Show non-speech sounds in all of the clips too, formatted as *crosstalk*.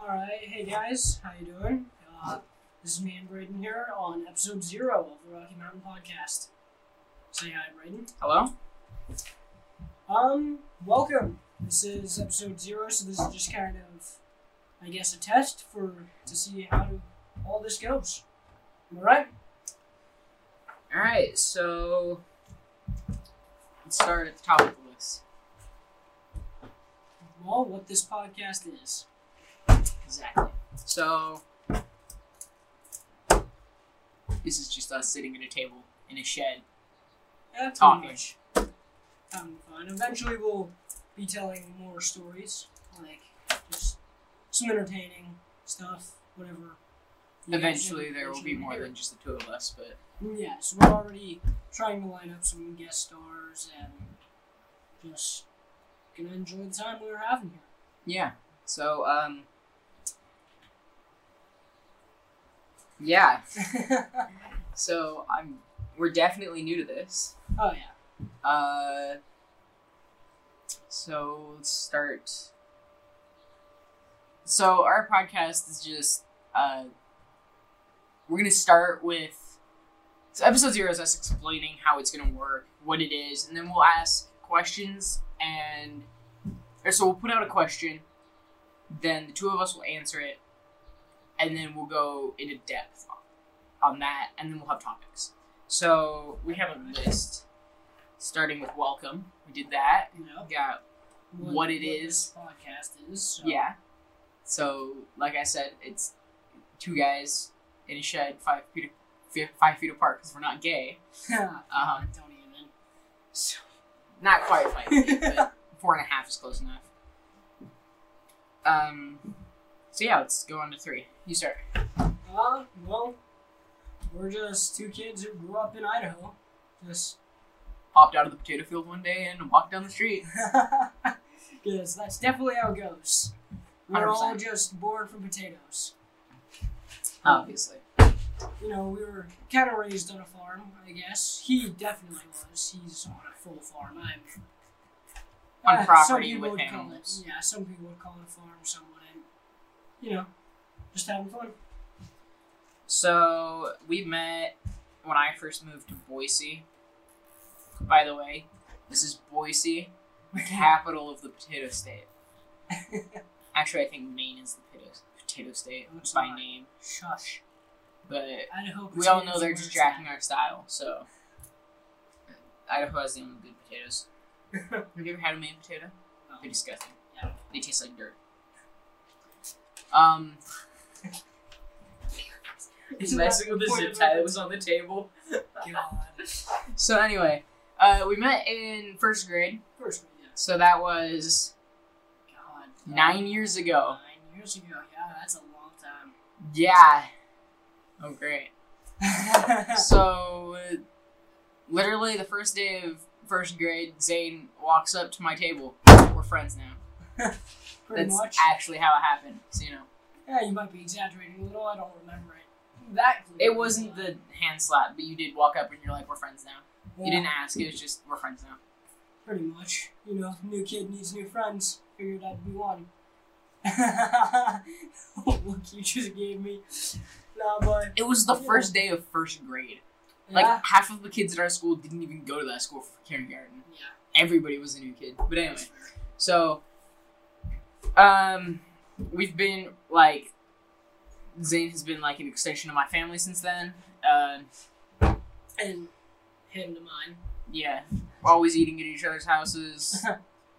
Alright, hey guys, how you doing? Uh, this is me and Braden here on episode zero of the Rocky Mountain Podcast. Say hi, Braden. Hello? Um, welcome. This is episode zero, so this is just kind of, I guess, a test for to see how to, all this goes. Am I right? Alright, so let's start at the top of the list. Well, what this podcast is. Exactly. So this is just us sitting at a table in a shed. Yeah, pretty Talking. much. Having fun. Eventually, we'll be telling more stories, like just some entertaining stuff, whatever. you guys Eventually think there will be eventually more hear. than just the two of us, but Yeah, so we're already trying to line up some guest stars and just gonna enjoy the time we were having here. yeah. So um Yeah. So I'm we're definitely new to this. *laughs* oh yeah. Uh so let's start. So our podcast is just uh we're gonna start with so episode zero is us explaining how it's gonna work, what it is, and then we'll ask questions and or so we'll put out a question, then the two of us will answer it, and then we'll go into depth on, on that, and then we'll have topics. So we have a list starting with welcome. We did that. You know Got What it this is. podcast is. *laughs* So. yeah. So, like I said, it's two guys in a shed, five feet, fi- five feet apart because we're not gay. uh-huh. Don't even. So, not quite five feet, but four and a half is close enough. Um. So yeah, let's go on to three. You start. Uh, well, we're just two kids who grew up in Idaho. Just *laughs* Hopped out of the potato field one day and walked down the street. because that's definitely how it goes. We're all 100%. just born from potatoes. Obviously. You know, we were kind of raised on a farm, I guess. He definitely was. He's on a full farm. I'm On uh, some property people with would call it. animals. Yeah, some people would call it a farm, some wouldn't. You know, just having fun. *laughs* So we met when I first moved to Boise. By the way, this is Boise, the capital of the potato state. Actually, I think Maine is the potato, potato state No, it's by not. name, Shush. but Idaho. we all know potatoes are they're just where it's jacking our style. So Idaho has the only good potatoes. at. Have you ever had a Maine potato? They're *laughs* Oh, disgusting. yeah. They taste like dirt. Um, Isn't that the point of it? on the table. God. So anyway, uh, we met in first grade. First, yeah. So that was God. nine years ago. Nine years ago. Yeah, that's a long *laughs* time. Yeah. Oh great. So uh, literally the first day of first grade, Zane walks up to my table. We're friends now. Pretty That's much. actually how it happened. So you know, yeah, you might be exaggerating a little. I don't remember it that clearly. it wasn't the hand slap, but you did walk up and you're like, "We're friends now." Yeah, You didn't ask. It was just, "We're friends now." Pretty much. You know, new kid needs new friends. Figured I'd be one. *laughs* Look, you just gave me. Nah, boy. It was the first day of first grade. Like yeah. half of the kids at our school didn't even go to that school for kindergarten. yeah. Everybody was a new kid. But anyway. that's fair. So, um, we've been like, Zane has been like an extension of my family since then. Uh, And him to *laughs* mine. yeah, we're always eating at each other's houses.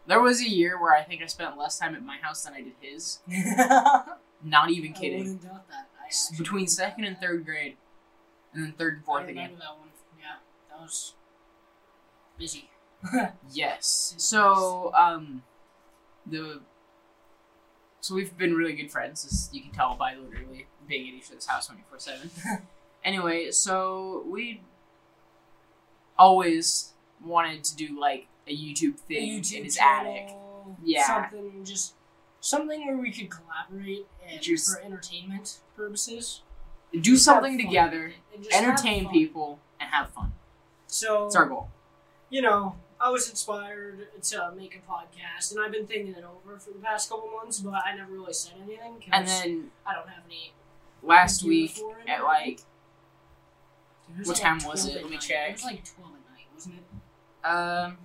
there was a year where I think I spent less time at my house than I did his. Not even I kidding. wouldn't doubt that. I S- actually Between wouldn't doubt second and that. third grade, and then third and I fourth again. remember that one. Yeah, that was *laughs* busy. Yes. So, um, the so we've been really good friends, as you can tell by literally being at each other's house twenty four seven. *laughs* Anyway, so we always wanted to do like a YouTube thing in his attic. channel, Yeah. Something just something where we could collaborate and Just- for entertainment purposes. Do Just have something fun together, with it and just have entertain fun. people, and have fun. So It's our goal. you know, I was inspired to make a podcast, and I've been thinking it over for the past couple months, but I never really said anything And because then I don't have any. last idea week for it. at Dude, like it was What like time was 12 it? at Let me night. check. It was like twelve at night, wasn't it? um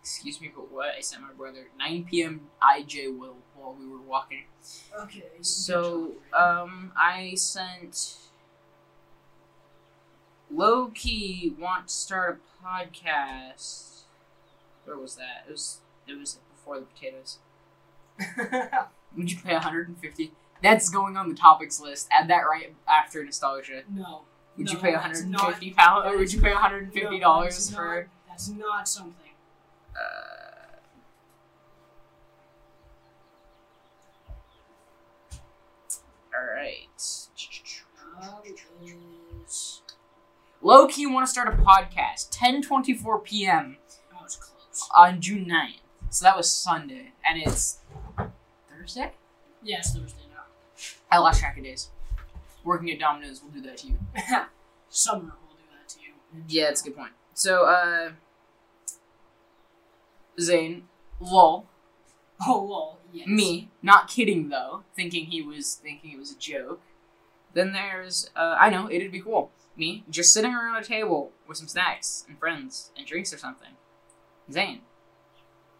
excuse me but what I sent my brother 9 p.m. IJ will while we were walking. Okay. you can So try. um I sent low key want to start a podcast. Where was that? It was it was before the potatoes. uh, *laughs* Would you pay 150? That's going on the topics list. Add that right after nostalgia. no. Would you No, pay that's 150 not- pounds? that Or would is you pay not- 150 no, dollars that's not- for? That's not something. Uh, all right. Um, is Low key want to start a podcast. 10:24 p.m. I was oh, close. on June 9th. So that was Sunday, and it's Thursday. Yes, Thursday now. I lost track of days. Working at Domino's will do that to you. *laughs* Summer will do that to you. Yeah, that's a good point. So, uh, Zane, lol, Oh well, yes. me, not kidding though, thinking he was thinking it was a joke. Then there's, uh, I know, it'd be cool. Me, just sitting around a table with some snacks and friends and drinks or something. Zane,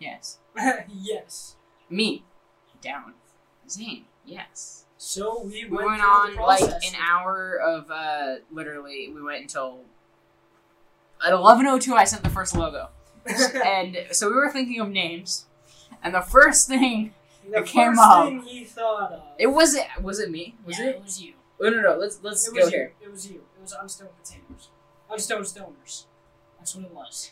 yes. *laughs* yes. Me, down. Zane, yes. So we We went, went through on the like process. *laughs* an hour of, uh, literally, we went until. At 11.02, I sent the first *laughs* logo. and so we were thinking of names, and the first thing the it came first up. thing he thought of. it was it was it me was yeah, it? was you. Oh, no, no, let's let's it go was here. you. It was you. It was unstoned potatoes. Unstoned stoners. That's what it was.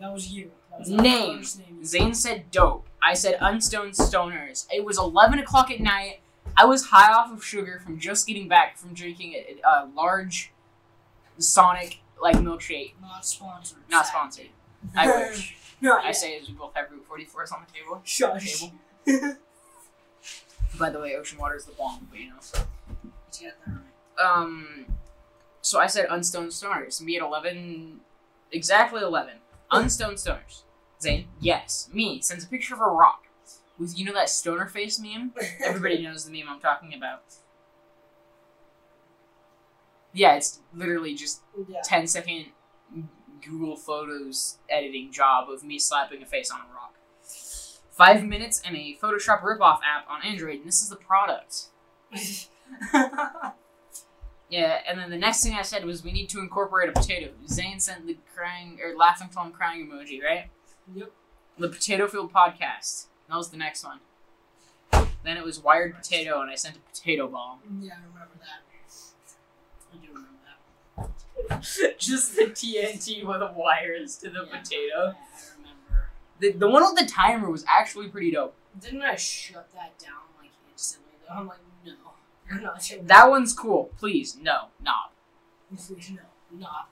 That was you. That was our Name. first name. Zane said dope. I said unstoned stoners. It was eleven o'clock at night. I was high off of sugar from just getting back from drinking a, a large Sonic like milkshake. Not sponsored. Not sponsored. *laughs* I wish. Not I yet. say as we both have Route 44s on the table. Shush. Table. *laughs* By the way, ocean water is the bomb, but you know. Let's get there. um so I said unstoned stoners. Me at eleven exactly eleven. Unstoned stoners. Zane, yes. Me sends a picture of a rock. With you know that stoner face meme? Everybody knows the meme I'm talking about. Yeah, it's literally just *laughs* *laughs* Yeah. 10 second Google Photos editing job of me slapping a face on a rock. Five minutes and a Photoshop ripoff app on Android, and this is the product. Yeah, and then the next thing I said was we need to incorporate a potato. Zane sent the crying or laughing till I'm crying emoji, right? yep. The Potato Field podcast. That was the next one. Then it was Wired Potato, and I sent a potato bomb. Yeah, I remember that. I do remember that. *laughs* Just the TNT with the wires to the Yeah. potato. I remember. The, the one with the timer was actually pretty dope. Didn't I shut that down like instantly though? I'm like, no, I'm not doing That one's cool. Please, no, knob. No, not.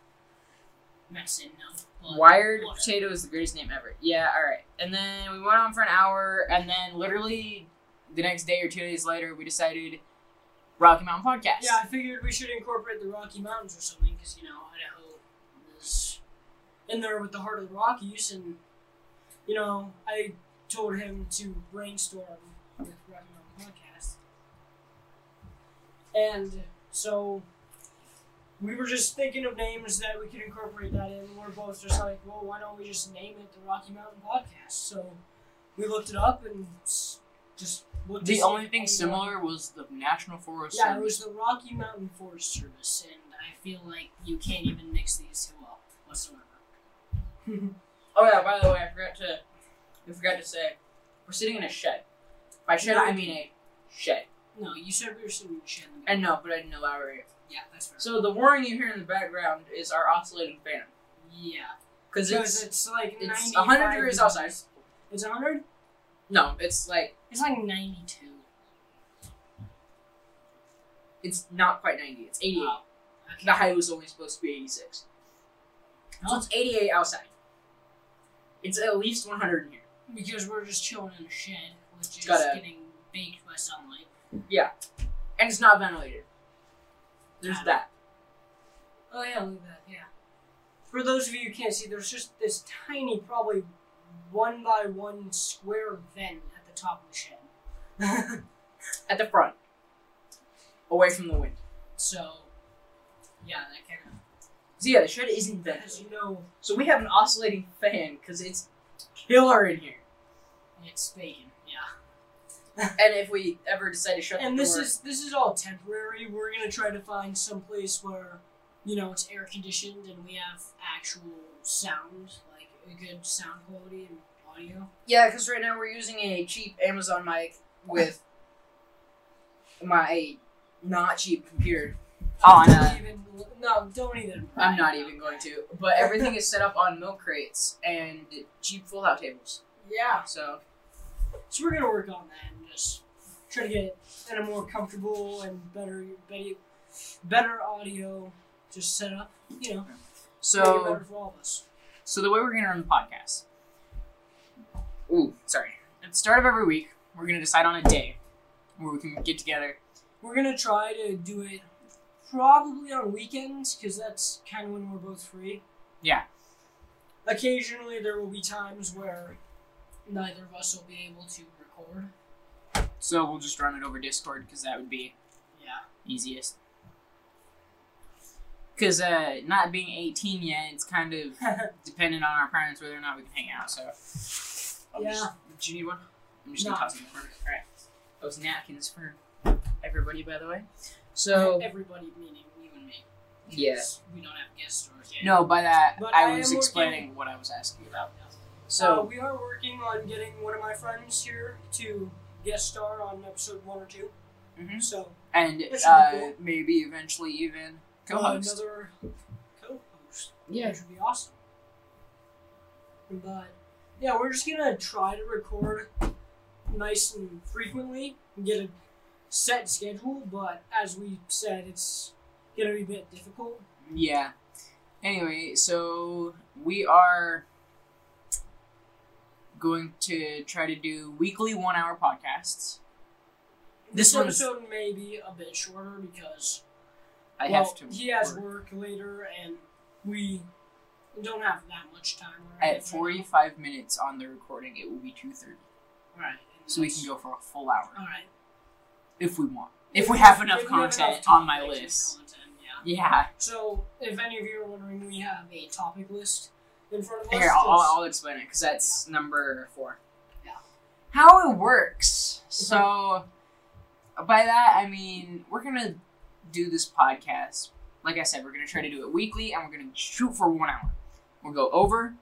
Messing no. But Wired whatever. Potato is the greatest name ever. Yeah, alright. And then we went on for an hour, and then literally the next day or two days later, we decided Rocky Mountain Podcast. Yeah, I figured we should incorporate the Rocky Mountains or something because you know Idaho is in there with the heart of the Rockies, and you know I told him to brainstorm with Rocky Mountain podcast, and so we were just thinking of names that we could incorporate that in. We're both just like, well, why don't we just name it the Rocky Mountain podcast? So we looked it up and s- just looked. to The see only if thing anyone- similar was the National Forest yeah, it Service. was the Rocky Mountain Forest Service, and I feel like you can't even mix these two up whatsoever. Oh yeah, by the way, I forgot to I forgot to say. We're sitting in a shed. By shed I mean a shed. No, you said we were sitting in a shed. And no, but I didn't elaborate. yeah, that's fair. So the whirring you hear in the background is our oscillating fan. yeah, Because because it's it's like it's 95 hundred degrees outside. It's hundred. No, it's like It's like ninety-two. it's not quite ninety, it's eighty eight. Wow. The high was only supposed to be 86. So it's 88 outside. It's at least 100 in here. because we're just chilling in a shed, which is Gotta- getting baked by sunlight. And it's not ventilated. There's Got it. that. Oh yeah, look at that. Yeah. for those of you who can't see, there's just this tiny, probably one by one square vent at the top of the *laughs* shed. At the front. Away from the wind. so, yeah, that kind of. So yeah, the shed isn't As vented. you know, So we have an oscillating fan because it's killer in here. it's bacon. Yeah. And if we ever decide to shut and the this door, is this is all temporary. We're gonna try to find some place where you know it's air conditioned and we have actual sound, like a good sound quality and audio. yeah, because right now we're using a cheap Amazon mic with my not cheap computer. Oh, I know. Don't even- no, don't even. I'm not even going to. But everything is set up on milk crates and cheap fold out tables. Yeah, So so we're gonna work on that and just try to get in a more comfortable and better, better, better audio, just set up. You know, make it so better for all of us. so the way we're gonna run the podcast. Ooh, sorry. At the start of every week, we're gonna decide on a day where we can get together. We're gonna try to do it probably on weekends because that's kind of when we're both free. Yeah. Occasionally, there will be times where neither of us will be able to record. So we'll just run it over Discord because that would be Yeah. easiest. Because uh, not being 18 yet, it's kind of *laughs* dependent on our parents whether or not we can hang out. So, I'll Yeah. Just, do you need one? I'm just No. gonna toss them over. All right. Those napkins for everybody, by the way. So everybody, meaning you and me. yeah. Yes. We don't have guest stores yet. No, by that But I I am was working- Oh. explaining what I was asking about. So So Uh, we are working on getting one of my friends here to guest star on episode one or 2 Mhm. So and That should be uh, cool. Oh, maybe eventually even co-host. another co-host. Which would be awesome. But yeah, we're just gonna try to record nice and frequently and get a set schedule, but as we said, it's gonna be a bit difficult. Yeah. Anyway, so we are going to try to do weekly one hour podcasts. This This, one is- episode may be a bit shorter because I well, have to. he has work work later and we don't have that much time. At 45 minutes on the recording, it will be 2.30. Alright. So we can go for a full hour. Alright. If we want. If we have enough If we have content enough on my topics and list. Content, yeah. Yeah. So, if any of you are wondering, we have a topic list in front of us. Here, I'll, Just- I'll, I'll explain it because that's number four. Yeah. Mm-hmm. How it works. So, by that, I mean, we're going to do this podcast. Like I said, we're going to try to do it weekly and we're going to shoot for one hour. We'll go over.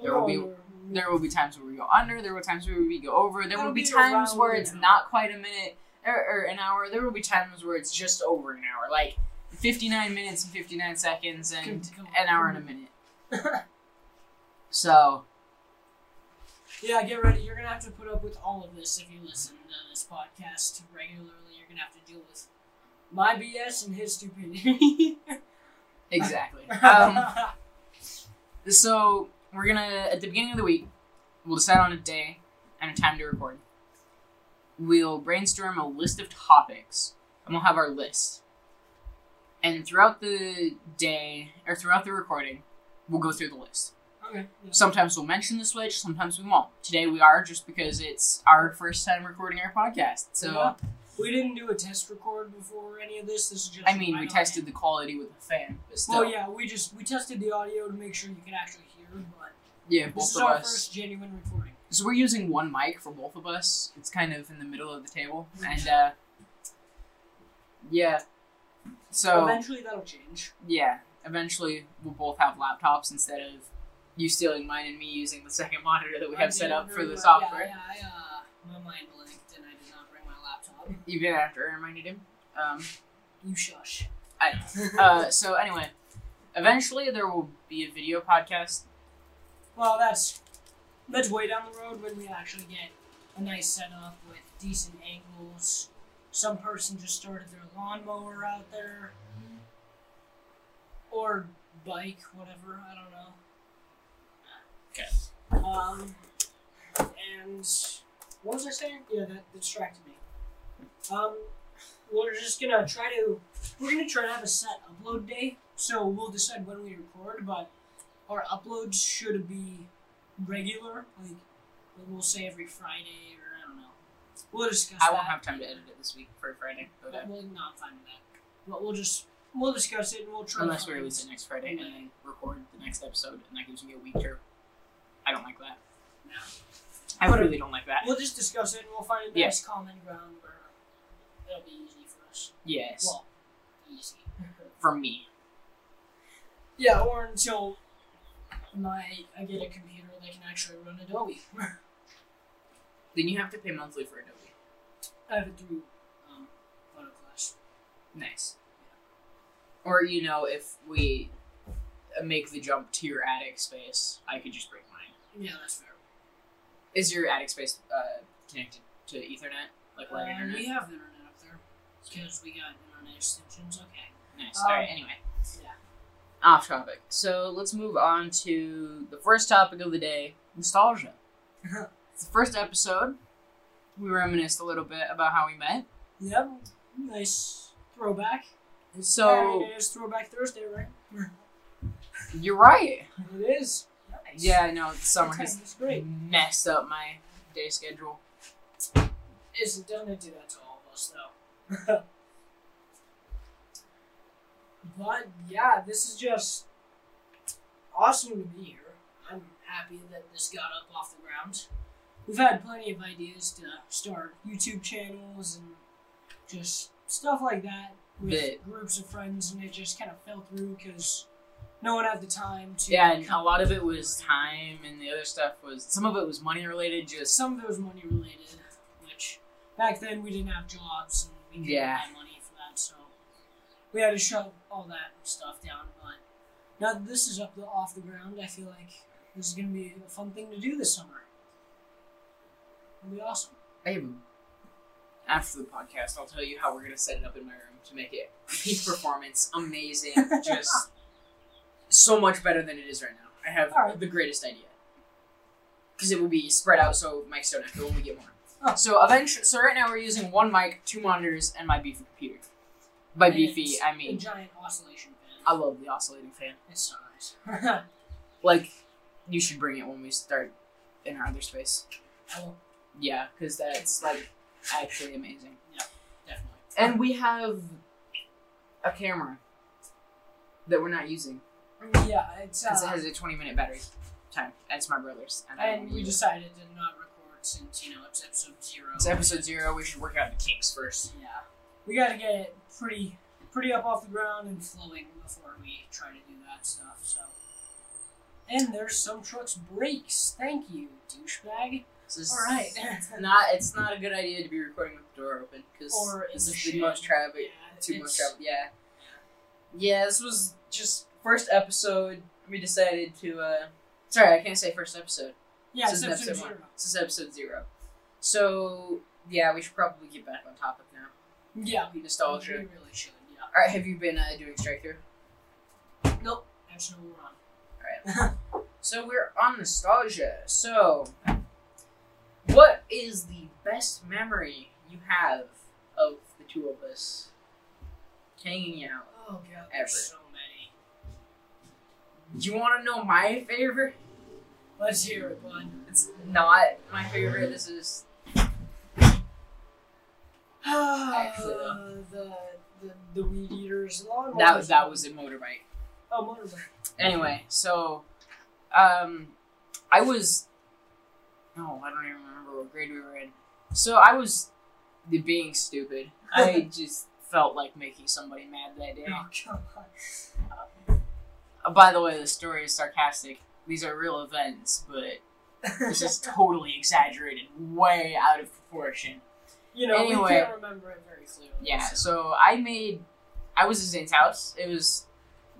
there will be- We're- There will be times where we go under. There will be times where we go over. There will It'll be be times around where an it's hour. not quite a minute or, or an hour. There will be times where it's just over an hour. Like 59 minutes and 59 seconds and Come- come- an hour and a minute. so, *laughs* Yeah, get ready. You're going to have to put up with all of this if you listen to this podcast regularly. You're going to have to deal with my BS and his stupidity. *laughs* exactly. Um, So we're gonna at the beginning of the week, we'll decide on a day and a time to record. We'll brainstorm a list of topics, and we'll have our list. And throughout the day or throughout the recording, we'll go through the list. okay. yeah. Sometimes we'll mention the Switch, sometimes we won't. Today we are just because it's our first time recording our podcast. So Yeah. We didn't do a test record before any of this. This is just. I mean, we don't- tested the quality with a fan, but still, Well, yeah, we just we tested the audio to make sure you could actually hear, but yeah, this both is of our us. first genuine recording. So we're using one mic for both of us. It's kind of in the middle of the table, Mm-hmm. and uh, yeah. So Eventually, that'll change. yeah, eventually we'll both have laptops instead of you stealing mine and me using the second monitor that we I have set didn't up for bring the my- software. Yeah, yeah, I, uh, my mind blinked and I did not bring my laptop. Even after I reminded him. Um, You shush. *laughs* I, uh, so anyway, eventually there will be a video podcast. well, that's that's way down the road when we actually get a nice setup with decent angles. Some person just started their lawnmower out there, Mm-hmm. or bike, whatever. I don't know. Okay. Um, and what was I saying? Yeah, that distracted me. Um, we're just gonna try to we're gonna try to have a set upload day, so we'll decide when we record, but our uploads should be regular. Like we'll say every Friday or I don't know. We'll discuss. I won't that. have time to edit it this week for Friday. But, uh, But We'll not find that. But we'll just we'll discuss it and we'll try. to unless we find- release it next Friday and then record the next episode, and that gives me a week to. I don't like that. No. I really don't like that. We'll just discuss it and we'll find a Yeah. nice common ground where it'll be easy for us. Yes, Well, easy. *laughs* for me. yeah, or until my I get a computer that can actually run Adobe. *laughs* Then you have to pay monthly for Adobe. I have it through um, Photo Class. Nice. Or you know, if we uh, make the jump to your attic space, I could just bring mine. Yeah, that's fair. Is your attic space uh, connected to Ethernet, like light Um, internet? We have internet up there because we got internet extensions. Okay. Nice. Um, All right. Anyway. yeah. Oh. Off topic. So let's move on to the first topic of the day: nostalgia. it's the first episode. We reminisced a little bit about how we met. Yep. Nice throwback. So Alright, it is Throwback Thursday, right? *laughs* you're right. it is. Nice. Yeah, I know. Summer Okay, has It's great. messed up my day schedule. Isn't done do that to all of us though. *laughs* but yeah, this is just awesome to be here. I'm happy that this got up off the ground. We've had plenty of ideas to start YouTube channels and just stuff like that with Bit. groups of friends, and it just kind of fell through because no one had the time to. Yeah, and a lot of it was time, and the other stuff was some of it was money related. Just some of it was money related, which back then we didn't have jobs and we didn't Yeah. have money for that, so we had to shove all that stuff down. But now that this is up the, off the ground, I feel like this is going to be a fun thing to do this summer. It'll be awesome. I after the podcast, I'll tell you how we're gonna set it up in my room to make it *laughs* peak performance, amazing, just so much better than it is right now. I have All right. the greatest idea because it will be spread out so mics don't have to only get more. Oh. So eventually, so right now we're using one mic, two monitors, and my beefy computer. By And beefy, it's I a mean giant oscillation fan. I love the oscillating fan. it's so nice. *laughs* I Like you should bring it when we start in our other space. will Yeah, because that's like actually amazing. definitely. And we have a camera that we're not using yeah, it's because uh, it has a 20 minute battery time. And it's my brother's. And, I don't and wanna we use it. decided to not record since you know it's episode zero. It's episode zero. We should work out the kinks first. Yeah, we got to get it pretty, pretty up off the ground and flowing before we try to do that stuff. So, and there's some trucks brakes. Thank you, douchebag. This is All right. Not it's not a good idea to be recording with the door open because *laughs* Or in this the *laughs* is the shed. most Yeah, traffic. Too much it's- traffic. Yeah. Yeah. This was just first episode. We decided to. uh Sorry, I can't say first episode. Yeah, This it's is episode episode zero. This is episode zero. So yeah, we should probably get back on topic now. Yeah, we, we Nostalgia. really should. Yeah. All right, have you been uh, doing strike through? Nope. That's no we're on. So we're on nostalgia. So, what is the best memory you have of the two of us hanging out? Oh god, Ever. there's so many. Do you want to know my favorite? Let's hear it, bud. *sighs* It's not my favorite. This is Actually, Uh, the, the the weed eaters. Lawn that. was- That was a motorbike. Oh, motorbike. Anyway, so um I was no, I don't even remember what grade we were in. So I was the being stupid. I just felt like making somebody mad that day. *laughs* Oh god. Uh, by the way, the story is sarcastic. These are real events, but this is totally exaggerated, way out of proportion. you know, we Anyway. can't remember it very clearly. Yeah, so- so I made I was at Zane's house. It was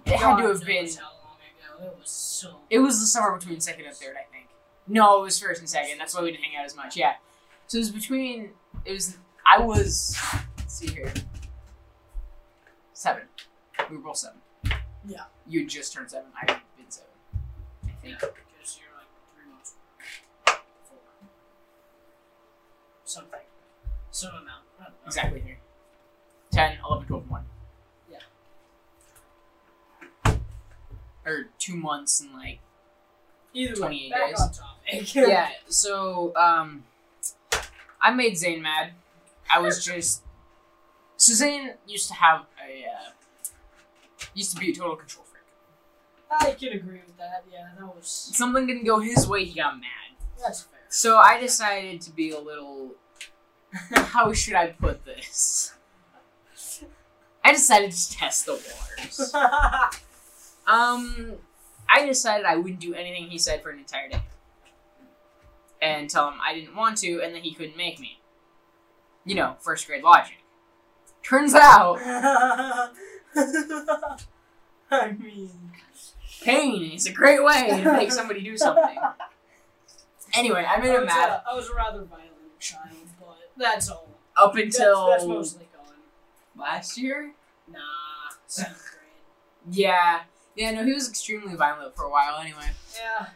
it had to God have been knows How long ago. It was so. It was the summer between second and third, I think. No, it was first and second. That's why we didn't hang out as much. Yeah. So it was between. It was. I was. Let's see here. Seven. We were both seven. Yeah. You had just turned seven. I had been seven. I Yeah, think. because you're like three months forward. Something. Some amount. I don't know. Exactly here. 10, 11, 12, 1. Yeah. Or or two months and like Either 28 way, back days. on topic. *laughs* yeah. So um, I made Zane mad. I was just so Zane used to have a uh, used to be a total control freak. I can agree with that. Yeah, that was Something didn't go his way. He got mad. that's fair. *laughs* So I decided to be a little. *laughs* How should I put this? I decided to test the waters. Um, I decided I wouldn't do anything he said for an entire day, and tell him I didn't want to, and that he couldn't make me. You know, first grade logic. Turns out, I mean, pain is a great way *laughs* to make somebody do something. Anyway, I made I him was, mad A, I was a rather violent child, but that's all. up That's, until that's mostly gone. last year. Nah, seventh grade. Yeah, yeah. No, he was extremely violent for a while. Anyway, Yeah.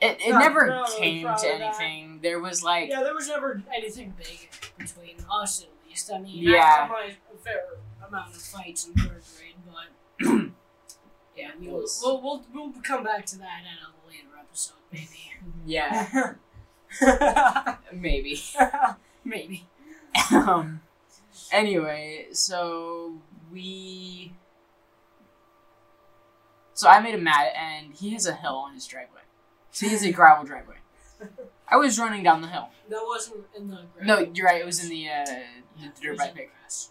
it, it No, never no, it was came to probably that. anything. There was like Yeah, there was never anything big between us, at least. I mean, I Yeah. had my fair amount of fights in third grade, but yeah, it we'll, was- we'll, we'll we'll come back to that at a later episode, *laughs* *laughs* yeah, maybe. maybe. *laughs* *laughs* maybe. um, anyway, so we. So I made him mad, and he has a hill on his driveway. So he has a gravel driveway. I was running down the hill. That wasn't in the grade. No, you're right. It was in the uh, the dirt bike pit. grass.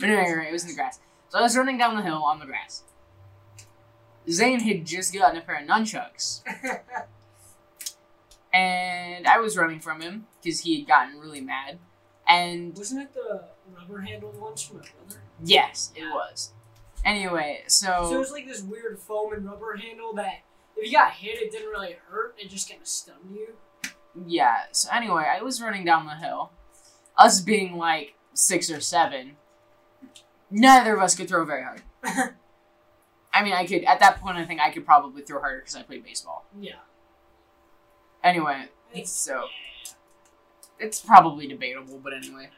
No, no, you're right. It was in the grass. So I was running down the hill on the grass. Zane had just gotten a pair of nunchucks, and I was running from him because he had gotten really mad. *laughs* And wasn't it the rubber handled ones from my brother? Yes, it was. Anyway, So it so was like this weird foam and rubber handle that if you got hit, it didn't really hurt. It just kind of stunned you. yeah, so anyway, I was running down the hill. Us being like six or seven, neither of us could throw very hard. *laughs* I mean, I could at that point. I think I could probably throw harder because I played baseball. Yeah. Anyway, It's- *laughs* so yeah. it's probably debatable, but anyway,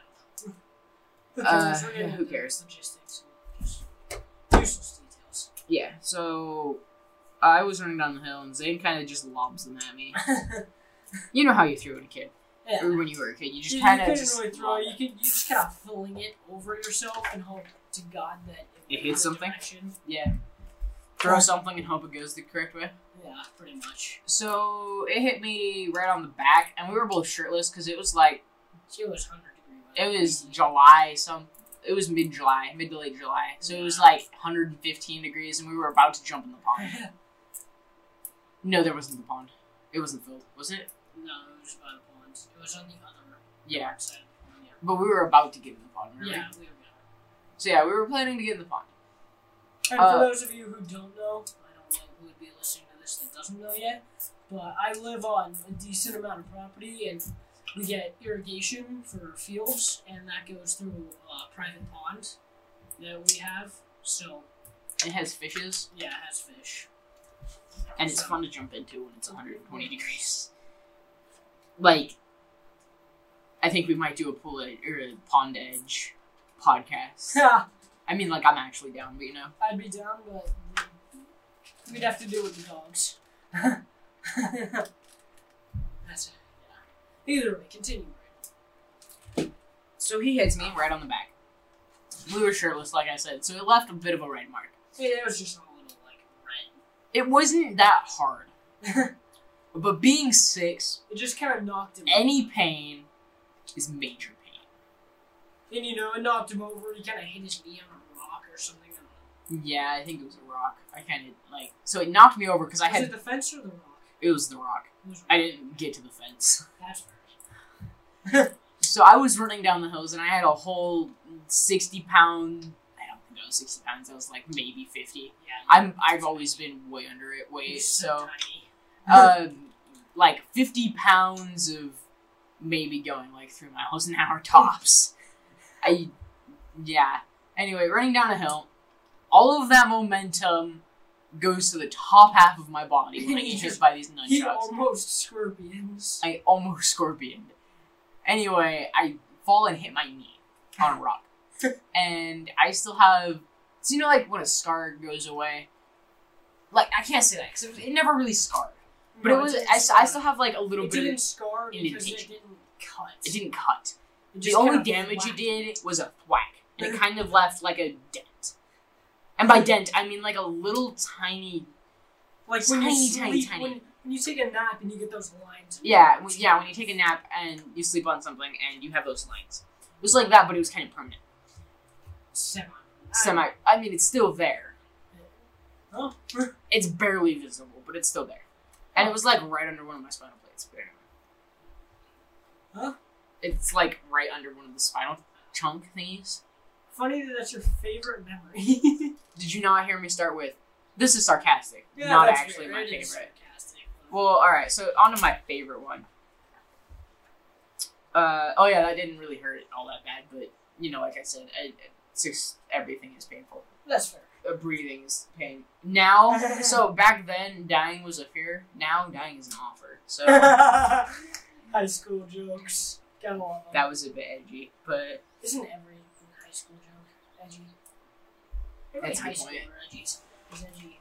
Who Uh, cares? We're gonna yeah, get who into cares? Logistics. and just Useless details. *laughs* yeah. So I was running down the hill, and Zane kind of just lobs them at me. You know how you threw at a kid, yeah. or You, when you were a kid, you just you kind of couldn't just really throw. You could you just kind of fling it over yourself and hope to God that It went hits the something? direction. yeah, throw something and hope it goes the correct way. Yeah, pretty much. So it hit me right on the back, and we were both shirtless because it was like It was hundred degree. weather. *laughs* it was July, some it was mid July, mid to late July. So it was like 115 degrees, and we were about to jump in the pond. No, there wasn't the pond. It wasn't filled, was it? No, it was by the pond. It was on the other Yeah, side of the pond. but we were about to get in the pond. Yeah, Remember? yeah we were good. So yeah, we were planning to get in the pond. And Uh, for those of you who don't know, I don't know who would be listening to this that doesn't know yet, but I live on a decent amount of property and we get irrigation for fields, and that goes through a private pond that we have. So, It has fishes, yeah, it has fish. and it's fun to jump into when it's 120 *laughs* degrees. Like, I think we might do a pool ed- or a pond edge podcast. Ha! I mean, like I'm actually down, but you know, I'd be down, but we'd have to deal with the dogs. *laughs* That's it. Yeah. Either way, continue. so he hits me right on the back. We were shirtless, like I said, so it left a bit of a red mark. Yeah, it was just a little like red. It wasn't that hard, *laughs* but being six, It just kind of knocked him. any pain is major pain. And you know, it knocked him over. He kind of hit his knee on a rock or something. Yeah, I think it was a rock. I kind of like so it knocked me over because I Was had it the fence or the rock? it was the rock. It was I didn't get to the fence, *laughs* That's fair. so I was running down the hills and I had a whole sixty pound. I don't think I was sixty pounds. I was like maybe fifty. Yeah. I'm I've always been way under it weight, He's so. tiny. uh, like 50 pounds of maybe going like three miles an hour tops. I, yeah. Anyway, running down a hill, all of that momentum goes to the top half of my body when I He get hit just- by these he nunchucks. almost scorpions. I almost scorpioned. Anyway, I fall and hit my knee on a rock. and I still have, so you know, like when a scar goes away, like I can't say that because it, was- it never really scarred, but it was. I, s- I still have like a little it bit. didn't of, scar because it indentation. didn't cut. it didn't cut. It The just only kinda Mm. damage it whacked. did was a thwack, and it kind of left like a dent. And Mm. by dent, I mean like a little tiny. Like when you Tiny, sleep, tiny, tiny. When, when you take a nap and you get those lines. in Yeah, your when, eyes. yeah. When you take a nap and you sleep on something and you have those lines, it was like that, but it was kind of permanent. Semi. Semi. I mean, it's still there. Huh? It's barely visible, but it's still there. And it was like right under one of my spinal plates. Barely. Huh? It's like right under one of the spinal chunk thingies. *laughs* Funny that that's your favorite memory. *laughs* Did you not hear me start with? This is sarcastic, Yeah, not that's actually fair. my It favorite. is sarcastic. Well, all right. So on to my favorite one. Uh, oh yeah, that didn't really hurt all that bad, but you know, like I said, I, it's just everything is painful. that's fair. Uh, breathing is pain. *laughs* Now, so back then, dying was a fear. Now, dying is an offer. *laughs* So *laughs* high school jokes. Got a lot of them. that was a bit edgy, but Isn't every high school joke edgy? Every That's a high good school point. edgy is edgy.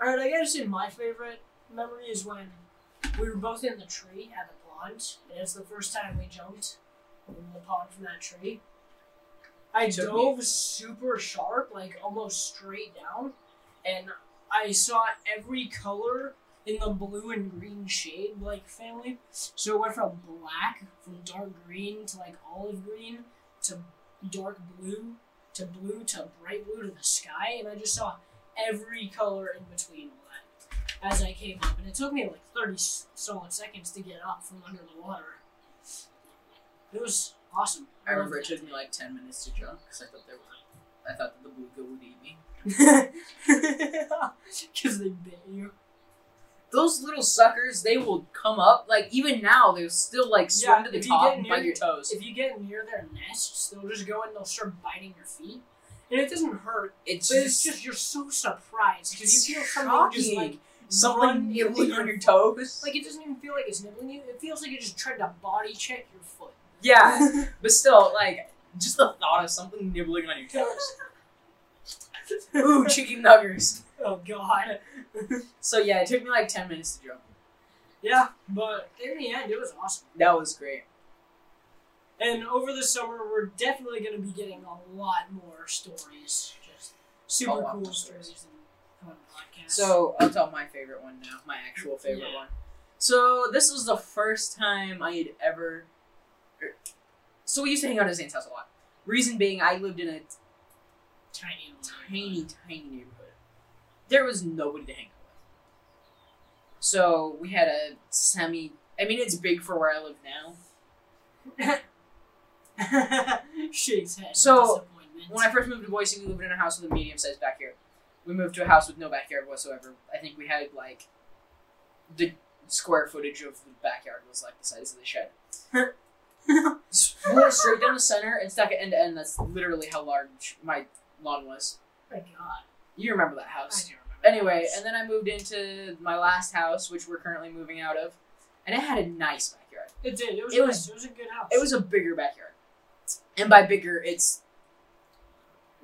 Alright, I gotta say my favorite memory is when we were both in the tree at the pond, and it's the first time we jumped in the pond from that tree. I Took me. dove super sharp, like almost straight down, and I saw every color in the blue and green shade, like family. So it went from black, from dark green to like olive green to dark blue to blue to bright blue to the sky, and I just saw every color in between all that as I came up, and it took me like thirty s- solid seconds to get up from under the water. It was awesome. I remember it *laughs* loved took me like ten minutes to jump because I thought there were. I thought that the beluga would eat me. it because they bit you. Those little suckers, they will come up. Like even now, they'll still like swim Yeah, to the if you top get and near bite your toes. If you get near their nests, they'll just go and they'll start biting your feet, and it doesn't hurt. It's But it's just just you're so surprised because you feel something just shocking. like someone run into nibbling on your your toes. like it doesn't even feel like it's nibbling you. It feels like you just tried to body check your foot. *laughs* yeah, but still, like just the thought of something nibbling on *laughs* your toes. Ooh, chicken nuggers. Oh god. So yeah, it took me like ten minutes to jump. *laughs* Yeah, but in the end, it was awesome. That was great. And over the summer, we're definitely going to be getting a lot more stories. Just A super lot cool more stories and fun podcasts. Oh, So I'll tell my favorite one now, my actual favorite Yeah. one. So this was the first time I had ever. er, So we used to hang out at Zane's house a lot. Reason being, I lived in a tiny, little- tiny, tiny neighborhood. There was nobody to hang out with. So we had a semi. I mean, it's big for where I live now. *laughs* shakes head. in So, disappointment. When I first moved to Boise, we lived in a house with a medium sized backyard. We moved to a house with no backyard whatsoever. I think we had like the square footage of the backyard was like the size of the shed. We went straight down the center and stuck it end to end. That's literally how large my lawn was. *laughs* my God, You remember that I house. do remember. Anyway, that. and then I moved into my last house, which we're currently moving out of, and it had a nice backyard. it did. It was. it nice. was- It was a good house. It was a bigger backyard. And by bigger, it's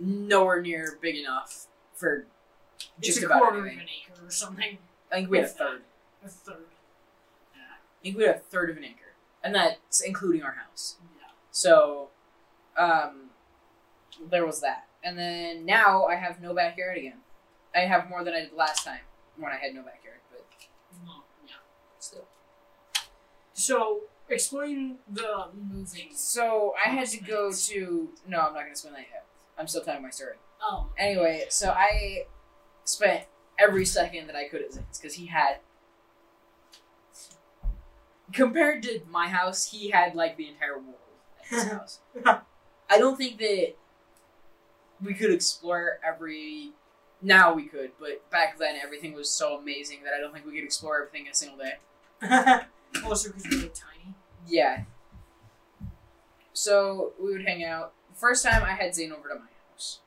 nowhere near big enough for It's just a about quarter of anything. an acre or something. I think we had a If that. third. A third. Yeah. I think we had a third of an acre, and that's including our house. yeah. So, um, there was that. And then now I have no backyard again. I have more than I did last time when I had no backyard, but No, yeah. still. So explain the moving. So I had to go to. No, I'm not going to spend that yet. I'm still telling my story. Oh, *laughs* Anyway, so I spent every second that I could at Zane's because he had. Compared to my house, he had like the entire world at his house. I don't think that we could explore every. Now we could, but back then everything was so amazing that I don't think we could explore everything in a single day. also because we were tiny. Yeah. So we would hang out. First time I had Zane over to my house.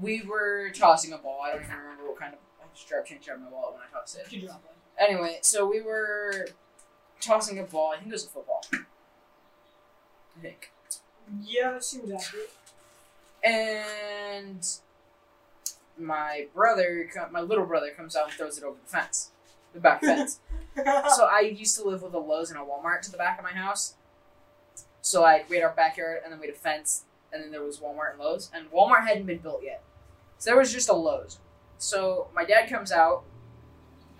We were tossing a ball. I don't even remember what kind of. I just dropped change out of my wallet when I tossed it. Good job, bud. Anyway, so we were tossing a ball. I think it was a football. I think. Yeah, it seems accurate. And my brother, co- my little brother, comes out and throws it over the fence, the back fence. *laughs* so I used to live with a Lowe's and a Walmart to the back of my house. So like we had our backyard, and then we had a fence, and then there was Walmart and Lowe's, and Walmart hadn't been built yet, so there was just a Lowe's. So my dad comes out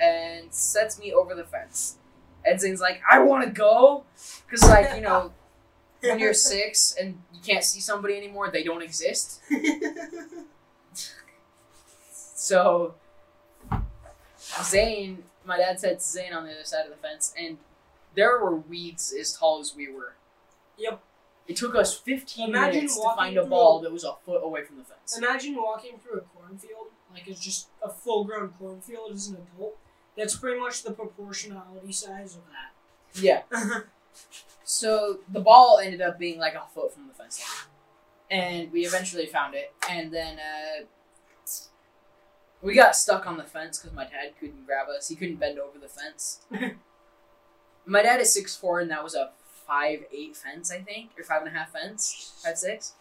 and sets me over the fence, and Zane's like, "I want to go," because like you know *laughs* when you're *laughs* six and you can't see somebody anymore, they don't exist. So Zane, my dad said Zane on the other side of the fence, and there were weeds as tall as we were. Yep. It took us 15 Imagine minutes to walking find a through- ball that was a foot away from the fence. Imagine walking through a cornfield, like it's just a full grown cornfield as an adult. That's pretty much the proportionality size of that. Yeah. So the ball ended up being like a foot from the fence line. And we eventually found it. And then uh, we got stuck on the fence because my dad couldn't grab us. He couldn't bend over the fence. my dad is 6'4, and that was a five eight fence, I think, or five and a half fence at 6.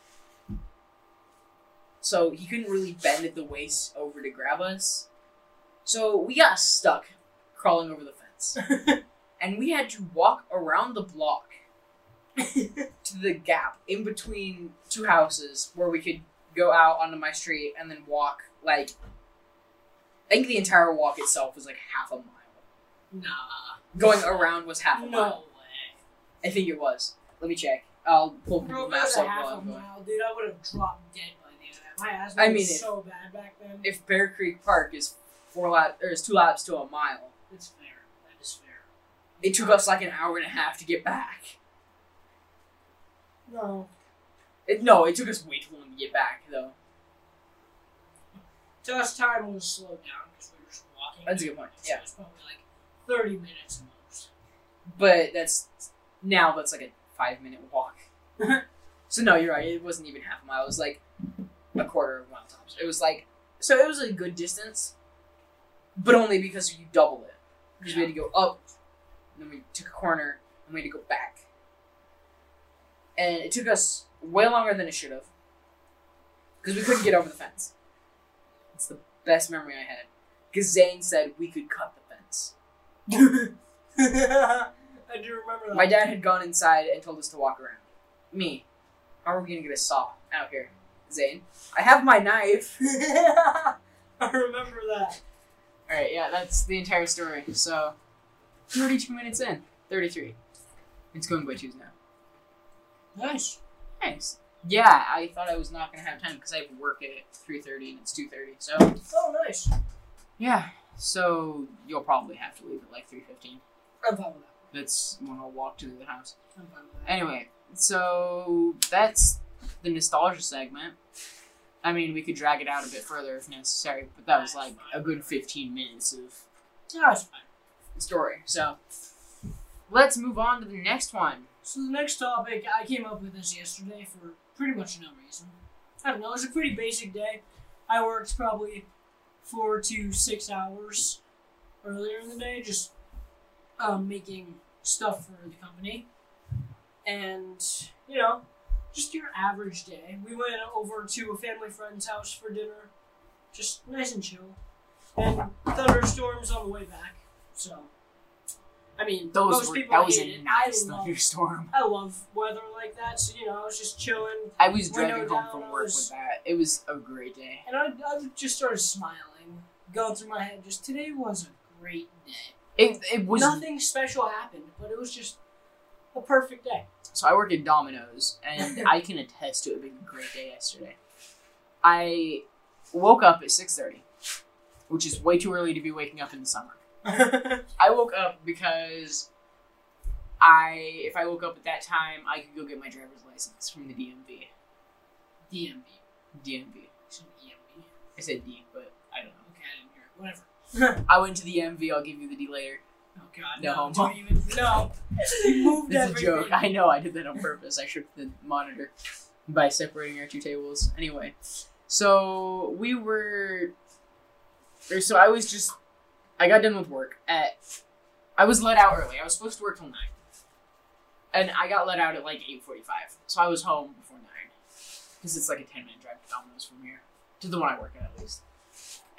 So he couldn't really bend at the waist over to grab us. So we got stuck crawling over the fence and we had to walk around the block to the gap in between two houses where we could go out onto my street and then walk like I think the entire walk itself was like half a mile. nah. *laughs* Going around was half a mile. No way. I think it was. Let me check. I'll pull Google Bro, Maps that's a up while half a I'm going. mile, dude. I would have dropped dead by the end of that. My asthma I mean was it. so bad back then. If Bear Creek Park is four lap or is two laps to a mile, It's fair. That is fair. it took us like an hour and a half to get back. No. It, no, it took us way too long to get back though. To us, time was slowed down because we were just walking. That's a good point. So Yeah. It was probably like 30 minutes at *laughs* most. But that's now that's like a five minute walk. *laughs* so no, you're right. It wasn't even half a mile. It was like a quarter of a mile tops. It was like so it was a good distance, but only because you double it because we had to go up, and then we took a corner, and we had to go back. And it took us way longer than it should have because we couldn't get over the fence. It's the best memory I had because Zane said we could cut the fence. I do remember that. *laughs* My dad had gone inside and told us to walk around. Me. How are we gonna get a saw out here? Zane. I have *laughs* my knife. I remember that. All right, yeah, that's the entire story. So, 32 minutes in, 33. It's going by twos now. Nice. Nice. Yeah, I thought I was not gonna have time because I have work at 3:30 and it's 2:30. So, Oh, nice. yeah. So you'll probably have to leave at like 3:15. I'm fine with that. That's when I'll walk to the house. I'm fine with that. Anyway, so that's the nostalgia segment. I mean, we could drag it out a bit further if necessary, but that was like a good 15 minutes of Yeah, it's fine. story. So let's move on to the next one. So the next topic, I came up with this yesterday for pretty much no reason. I don't know. It was a pretty basic day. I worked probably four to six hours earlier in the day, just um, making stuff for the company, and you know, just your average day. We went over to a family friend's house for dinner, just nice and chill, and thunderstorms on the way back. So, I mean, Those most were, people that was hate a it. I nice love thunderstorm. I love weather like that, so you know, I was just chilling, I was Window driving home down, I from work was- with that. It was a great day. and I, I just started smiling, going through my head. Just today was a great day. It, it was Nothing special happened, but it was just a perfect day. *laughs* so I work at Domino's, and *laughs* I can attest to it being a great day yesterday. I woke up at six thirty, which is way too early to be waking up in the summer. Oh, I woke up because I, if I woke up at that time, I could go get my driver's license from the DMV. DMV, DMV. should be EMV. E I said D, but I don't know. Okay, I didn't hear it. Whatever. *laughs* *laughs* I went to the MV. I'll give you the D later. Oh God, No. no, don't even. No, you moved *laughs* It's a everything. joke. I know. I did that on purpose. I shook the monitor by separating our two tables. Anyway, so we were. or So I was just. I got done with work at. I was let out early. I was supposed to work till nine, and I got let out at like eight forty-five. So I was home before nine, because it's like a ten-minute drive to Domino's from here to the one I work at at least.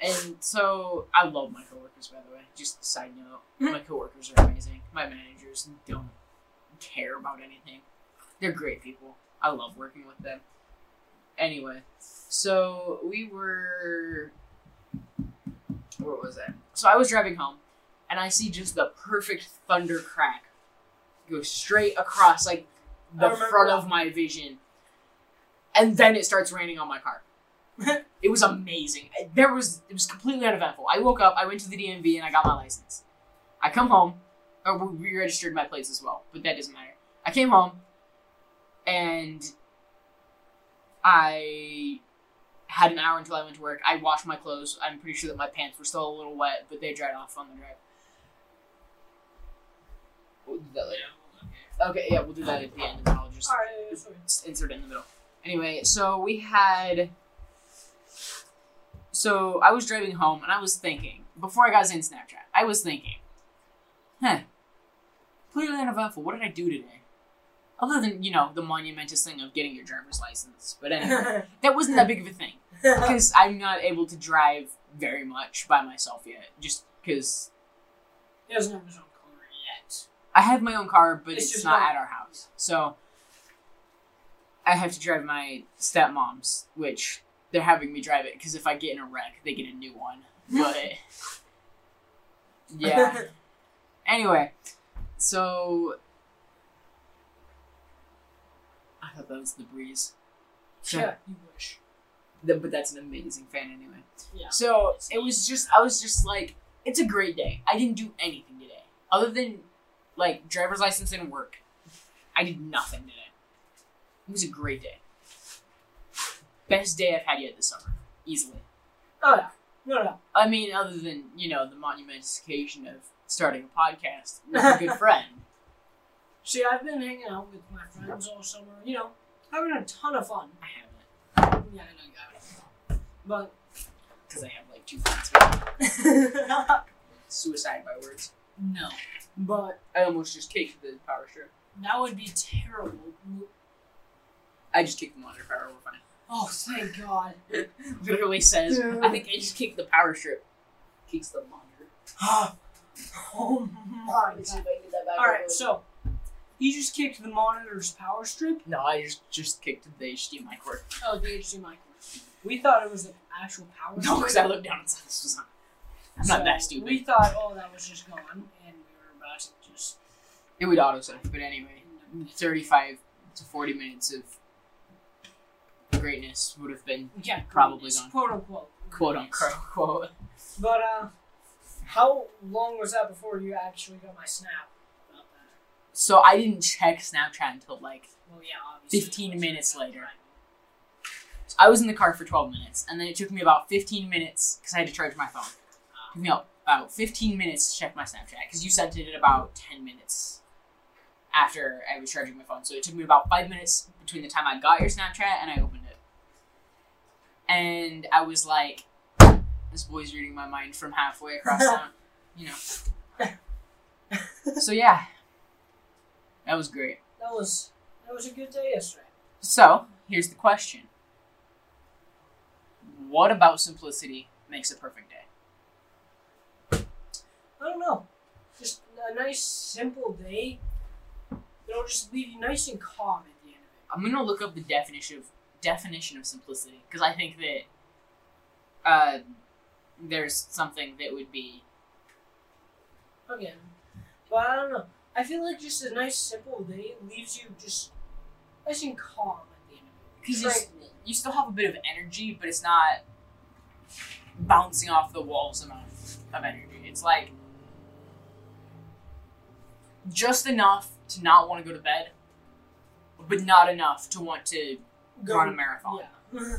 And so I love my coworkers, by the way. Just a side note, my coworkers are amazing. My managers don't care about anything. They're great people. I love working with them. Anyway, so we were. Where was I? So I was driving home, and I see just the perfect thunder crack go straight across like the I remember front that. of my vision, and then it starts raining on my car. *laughs* It was amazing. There was it was completely uneventful. I woke up, I went to the DMV, and I got my license. I come home, or we registered my plates as well, but that doesn't matter. I came home, and I had an hour until I went to work. I washed my clothes. I'm pretty sure that my pants were still a little wet, but they dried off on the drive. We'll do that later. Okay, yeah, we'll do that at the end, and then I'll just All right, *laughs* yeah, sorry. s- insert it in the middle. Anyway, so we had. So I was driving home and I was thinking, before I got Zane Snapchat, I was thinking, huh, completely uneventful. What did I do today? Other than, you know, the monumentous thing of getting your driver's license. But *laughs* anyway, that wasn't that big of a thing because I'm not able to drive very much by myself yet, just because he doesn't have his own car yet. I have my own car, but It's it's, just not not- at our house. So I have to drive my stepmom's, which they're having me drive it because if I get in a wreck, they get a new one. But *laughs* yeah. Anyway, so I thought that was the breeze. *laughs* yeah, you wish. Th- but that's an amazing fan anyway. Yeah. So it was just, I was just like, it's a great day. I didn't do anything today other than like driver's license and work. I did nothing today. It was a great day. Best day I've had yet this summer, easily. Oh yeah. No, no. I mean, other than you know the monumentous occasion of starting a podcast with *laughs* a good friend. See, I've been hanging out with my friends all summer. You know, having a ton of fun. I haven't Yeah, I know you haven't. But *laughs* because I have like two friends. but Suicide by words. no. But I almost Which just kicked the power strip. that would be terrible. I just kicked the monitor power. We're fine. *laughs* Oh, thank God. *gasps* Literally says Yeah. I think I just kicked the power strip. Kicks the monitor. oh my God. All right, so he just kicked the monitor's power strip. No, I just just kicked the HDMI cord. Oh, the HDMI cord. We thought it was an actual power. No, because I strip. looked down and saw this was on. I'm not So that stupid. We thought, oh, that was just gone, and we were about to just. it would auto save, but anyway, 35 to 40 minutes of greatness would have been Yeah, Probably it's gone. Quote unquote. quote unquote quote. But uh, how long was that before you actually got my snap? About that. So I didn't check Snapchat until like Well, yeah, obviously. 15 minutes *laughs* later. I was in the car for 12 minutes, and then it took me about 15 minutes because I had to charge my phone. It took me about- about 15 minutes to check my Snapchat because you sent it at about 10 minutes after I was charging my phone. So it took me about five minutes between the time I got your Snapchat and I opened it. And I was like, this boy's reading my mind from halfway across town, you know. So yeah, that was great. That was that was a good day yesterday. So, here's the question What about simplicity makes a perfect day? I don't know, just a nice simple day. It'll just leave you nice and calm at the end of I'm gonna look up the definition of definition of simplicity because I think that uh, there's something that would be it. Again, but I don't know. I feel like just a nice simple day leaves you just nice and calm at the end of it. because you, s- Tranquil. you still have a bit of energy, but it's not bouncing off the walls amount of energy. It's like just enough to not want to go to bed, but not enough to want to run a marathon. Yeah. *laughs*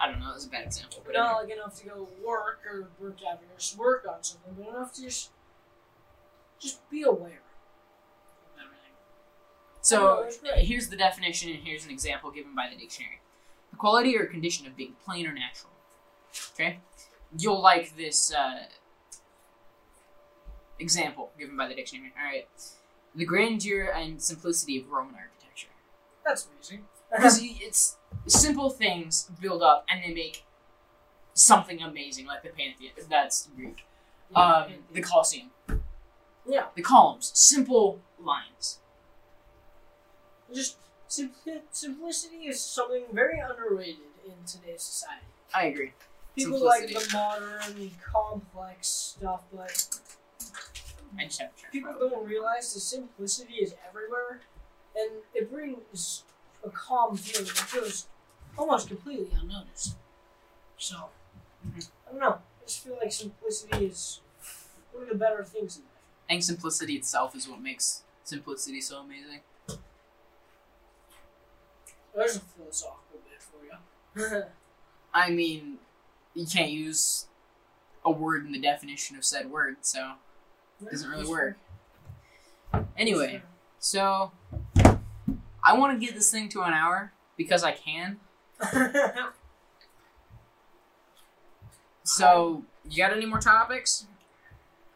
I don't know. That's a bad example. But not like enough to go work or work to have your s- work on something, but enough to just just be aware of everything. So Oh, that's uh, great. here's the definition, and here's an example given by the dictionary: the quality or condition of being plain or natural. Okay, you'll like this uh, example given by the dictionary. All right, the grandeur and simplicity of Roman architecture, *laughs* That's amazing. *laughs* because it's simple things build up and they make something amazing like the Pantheon. That's Greek. Yeah, Um, and- the Colosseum. Yeah. The columns. Simple lines. just sim- simplicity is something very underrated in today's society. I agree. People like Simplicity. the modern, complex stuff, but I just have to check. people don't realize the simplicity is everywhere, and it brings a calm feeling that goes almost completely unnoticed. So, Mhm. I don't know. I just feel like simplicity is one of the better things in life. I think simplicity itself is what makes simplicity so amazing. There's a philosophical bit for you. I mean, you can't use a word in the definition of said word, so it *laughs* doesn't really work. Anyway, so I want to get this thing to an hour because I can. *laughs* So, you got any more topics?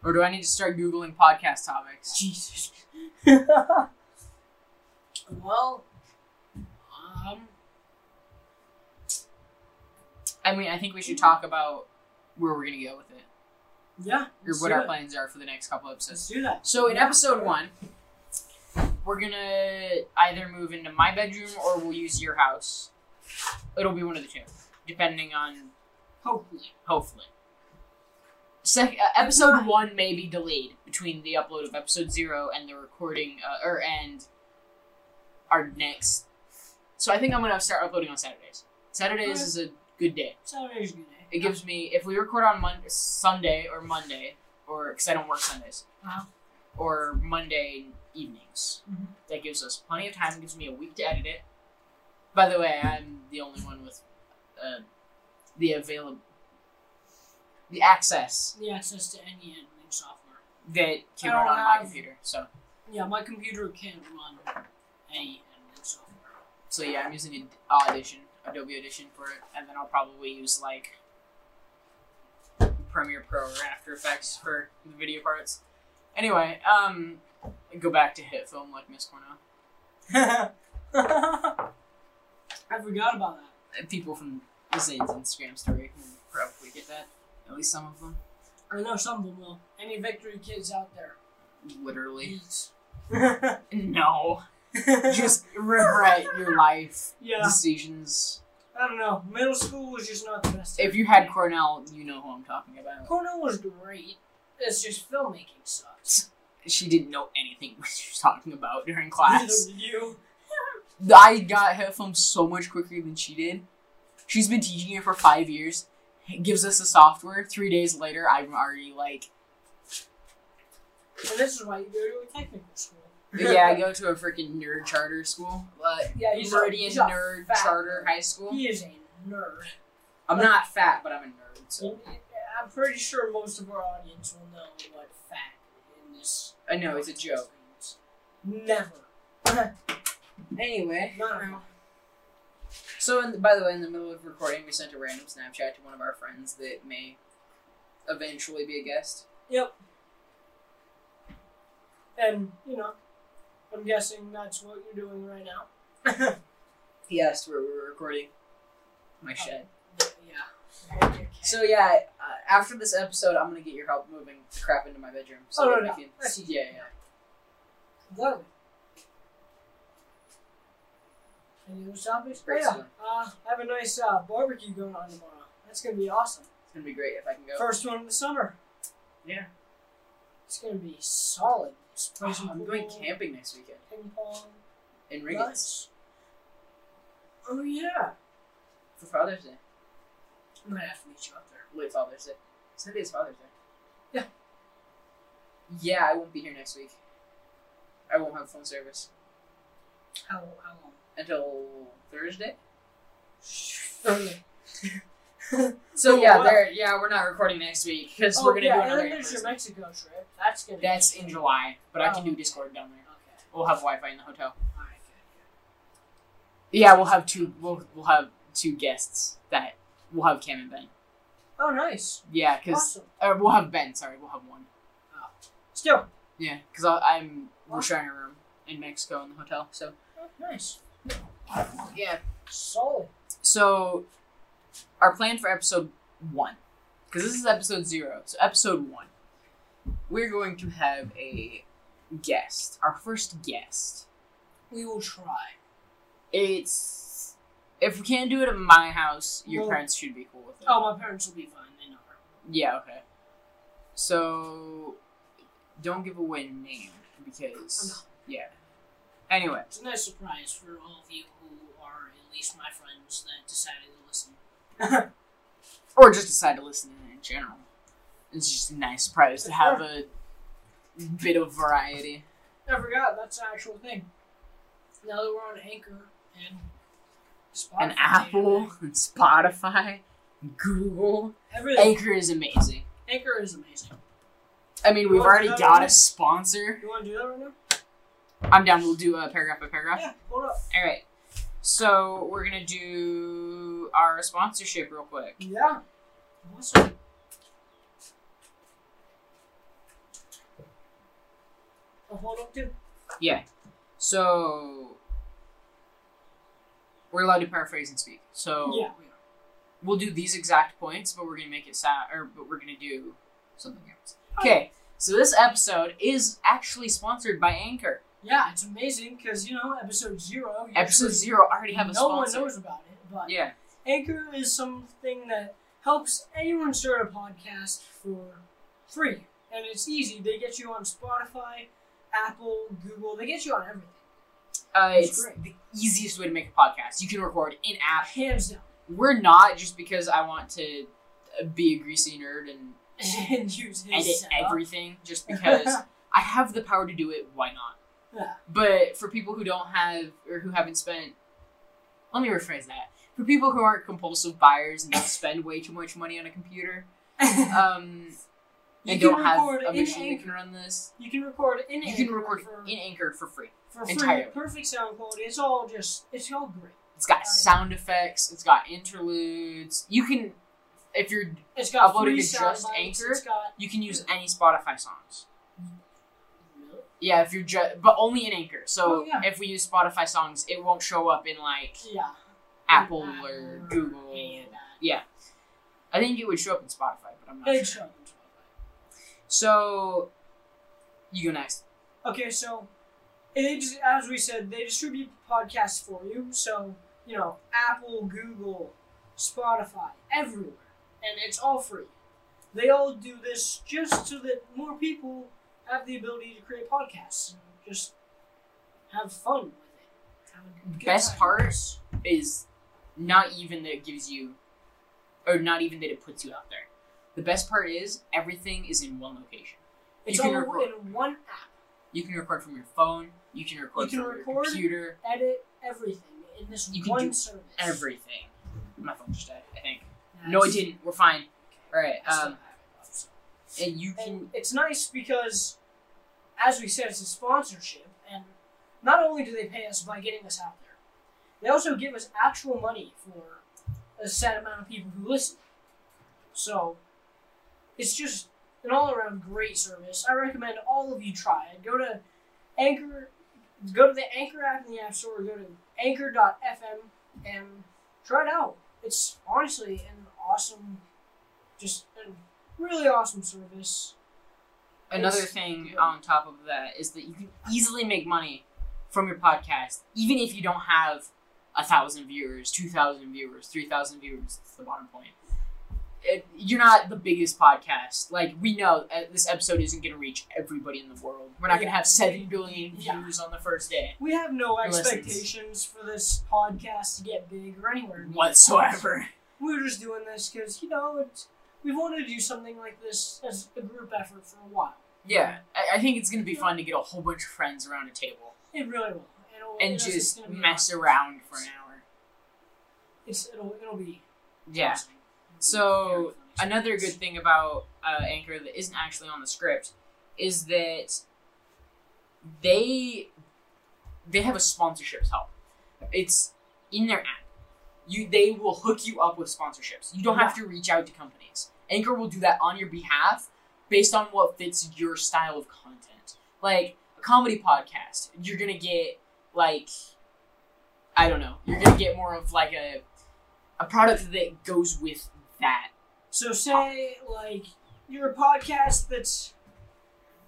Or do I need to start Googling podcast topics? Jesus. *laughs* well, um, I mean, I think we should talk about where we're going to go with it yeah. or let's what do our it. plans are for the next couple episodes. Let's do that. So, in Yeah. episode one, we're going to either move into my bedroom or we'll use your house. It'll be one of the two, depending on Hopefully. hopefully. Sec- uh, episode one may be delayed between the upload of episode zero and the recording, uh, or and our next. So I think I'm gonna start uploading on Saturdays. Saturdays is a good day. Saturday's a good eh? day. It gives me if we record on Mon- Sunday or Monday, or because I don't work Sundays, Uh-huh. or Monday evenings. Mhm. That gives us plenty of time. Gives me a week to edit it. By the way, I'm the only one with uh, the available the access the access to any editing software. that can I don't run on my have- computer. So, Yeah, my computer can't run any editing software. *laughs* so yeah, I'm using Ad- Audition, Adobe Audition for it, and then I'll probably use like Premiere Pro or After Effects for the video parts. Anyway, um, go back to hit film like Miss Cornell. I forgot about that. Uh, People from Zane's Instagram story can probably get that. At least some of them, I know some of them will. Any victory kids out there? literally. Please. No, Just *laughs* just regret your life yeah. decisions. I don't know. Middle school was just not the best. If you had Cornell, you know who I'm talking about. Cornell was great. It's just filmmaking sucks. she didn't know anything *laughs* what she was talking about during class. Neither did *laughs* you. I got her film so much quicker than she did. She's been teaching it for five years. Gives us the software. Three days later, I'm already *laughs* like, And this is why you go to a technical school. yeah, I go to a freaking nerd charter school. Uh, yeah. He's already Meridian he's a Nerd fat Charter nerd. High School. He is a nerd. I'm not fat, but I'm a nerd. So I'm pretty sure most of our audience will know what fat in this. I know it's a joke. means. Never. Anyway, Not at all. so in by the way, in the middle of recording, we sent a random Snapchat to one of our friends that may eventually be a guest. And you know, I'm guessing that's what you're doing right now. *laughs* yeah. He asked where we were recording. My shed. Okay. So yeah, uh, after this episode, I'm gonna get your help moving the crap into my bedroom. So Oh, no, that we no. can That's see. Yeah, yeah. Love it. Any other topics? Great yeah. stuff. Uh, I have a nice uh, barbecue going on tomorrow. That's gonna be awesome. It's gonna be great if I can go. Oh, First one of the summer. Yeah. It's gonna be solid. Let's play Oh, some I'm going pool, camping next weekend Ping pong. in Riggins Nice. Oh yeah. for Father's Day. I might have to meet you up there. Wait, Father's Day. Sunday is Father's Day. Yeah. Yeah, I won't be here next week. I won't have phone service How how long? until Thursday. Okay. Oh, So yeah, wow. there. Yeah, we're not recording next week because Oh, we're gonna yeah, do and another. then there's your in-person. Mexico trip. That's gonna. That's be in July, but I can Oh. do Discord down there. Okay. We'll have Wi-Fi in the hotel. All right. Good. Yeah, we'll have two. We'll we'll have two guests that we'll have Cam and Ben. good. Oh, nice. Yeah, because Awesome. uh, we'll have Ben. Sorry, we'll have one. Still. Yeah, because I'm we're sharing a room in Mexico in the hotel. So Oh, nice. yeah, Solid. so our plan for episode one, because this is episode zero. So episode one, we're going to have a guest, our first guest. We will try. It's if we can't do it at my house, your Well- parents should be cool with it. Oh, my parents will be fine. They know her. Yeah, okay. So don't give away name Oh, because yeah. Anyway, It's a nice surprise for all of you who are at least my friends that decided to listen. or just decide to listen in general. It's just a nice surprise to have a bit of variety. I forgot that's an actual thing. Now that we're on Anchor and Spotify, And Apple and Spotify, and Google, *laughs* everything. Anchor is amazing. Anchor is amazing. I mean, we've Well, already that got a was- sponsor. You want to do that right now? I'm down. We'll do a paragraph by paragraph. Yeah, hold up. All right. So we're gonna do our sponsorship real quick. Yeah. Awesome. Oh, hold up, too. So we're allowed to paraphrase and speak. So Yeah. we'll do these exact points, but we're gonna make it sound, or but we're gonna do something else. Oh. Okay. So this episode is actually sponsored by Anchor. Yeah, it's amazing because, you know, episode zero. Episode usually zero already have a No one sponsor. knows about it, but Yeah. Anchor is something that helps anyone start a podcast for free. And it's easy. They get you on Spotify, Apple, Google, they get you on everything. Uh, That's it's great. the easiest way to make a podcast. You can record in app. Hands down. *laughs* We're not just because I want to uh, be a greasy nerd and and use his edit setup. everything just *laughs* because I have the power to do it. Why not? Yeah. But for people who don't have or who haven't spent, let me rephrase that. For people who aren't compulsive buyers and don't spend way too much money on a computer, um, *laughs* You and can don't have record a in machine that Anchor. can run this, You can record in you Anchor can record for, in Anchor for free. for free. entirely. Perfect sound quality. It's all just it's all great. It's got Alright. sound effects. It's got interludes. You can, if you're, It's got Uploaded free to sound just bites, Anchor? It's got you can use any Spotify songs. Yeah, if you're just, but only in Anchor. So Oh, yeah. if we use Spotify songs, it won't show up in like yeah. Apple Apple or or Google. any of that. I think it would show up in Spotify, but I'm not Big sure. show. So you go next. Okay, so it is as we said, they distribute podcasts for you. So you know, Apple, Google, Spotify, everywhere, and it's all free. They all do this just so that more people have the ability to create podcasts and just have fun with it. Have a good Best time. part is not even that it gives you, or not even that it puts you out there. The best part is everything is in one location. It's you can all record. in one app. You can record from your phone. You can record can from your record. computer. Edit everything in this You can one do service. Everything. My phone just died. I think. That's- No, it didn't. We're fine. All right. I still Um, have it, though, so. and you And can. it's nice because, as we said, it's a sponsorship, and not only do they pay us by getting us out there, they also give us actual money for a set amount of people who listen. So, it's just an all around great service. I recommend all of you try it. Go to Anchor, go to the Anchor app in the App Store, go to anchor.fm, and try it out. It's honestly an awesome, just a really awesome service. Another it's- thing on top of that is that you can easily make money from your podcast, even if you don't have a thousand viewers, two thousand viewers, three thousand viewers. That's the bottom point. It, you're not the biggest podcast. Like we know, uh, this episode isn't going to reach everybody in the world. We're not going to have seven billion Yeah. views on the first day We have no Listens. expectations for this podcast to get big or anywhere. near. *laughs* whatsoever. We're just doing this because, you know, it's, we've wanted to do something like this as a group effort for a while. Yeah, I, I think it's going to be fun to get a whole bunch of friends around a table It really will. It'll, and it's- it's just gonna be mess awesome. around for an hour. It's, it'll, it'll be. Yeah. awesome. It'll be So, very fun another good experience. thing about uh, Anchor that isn't actually on the script is that they they have a sponsorships help. It's in their app. You they will hook you up with sponsorships. You don't have to reach out to companies. Anchor will do that on your behalf based on what fits your style of content. Like a comedy podcast, you're gonna get like I don't know. You're gonna get more of like a a product that goes with that So say like you're a podcast that's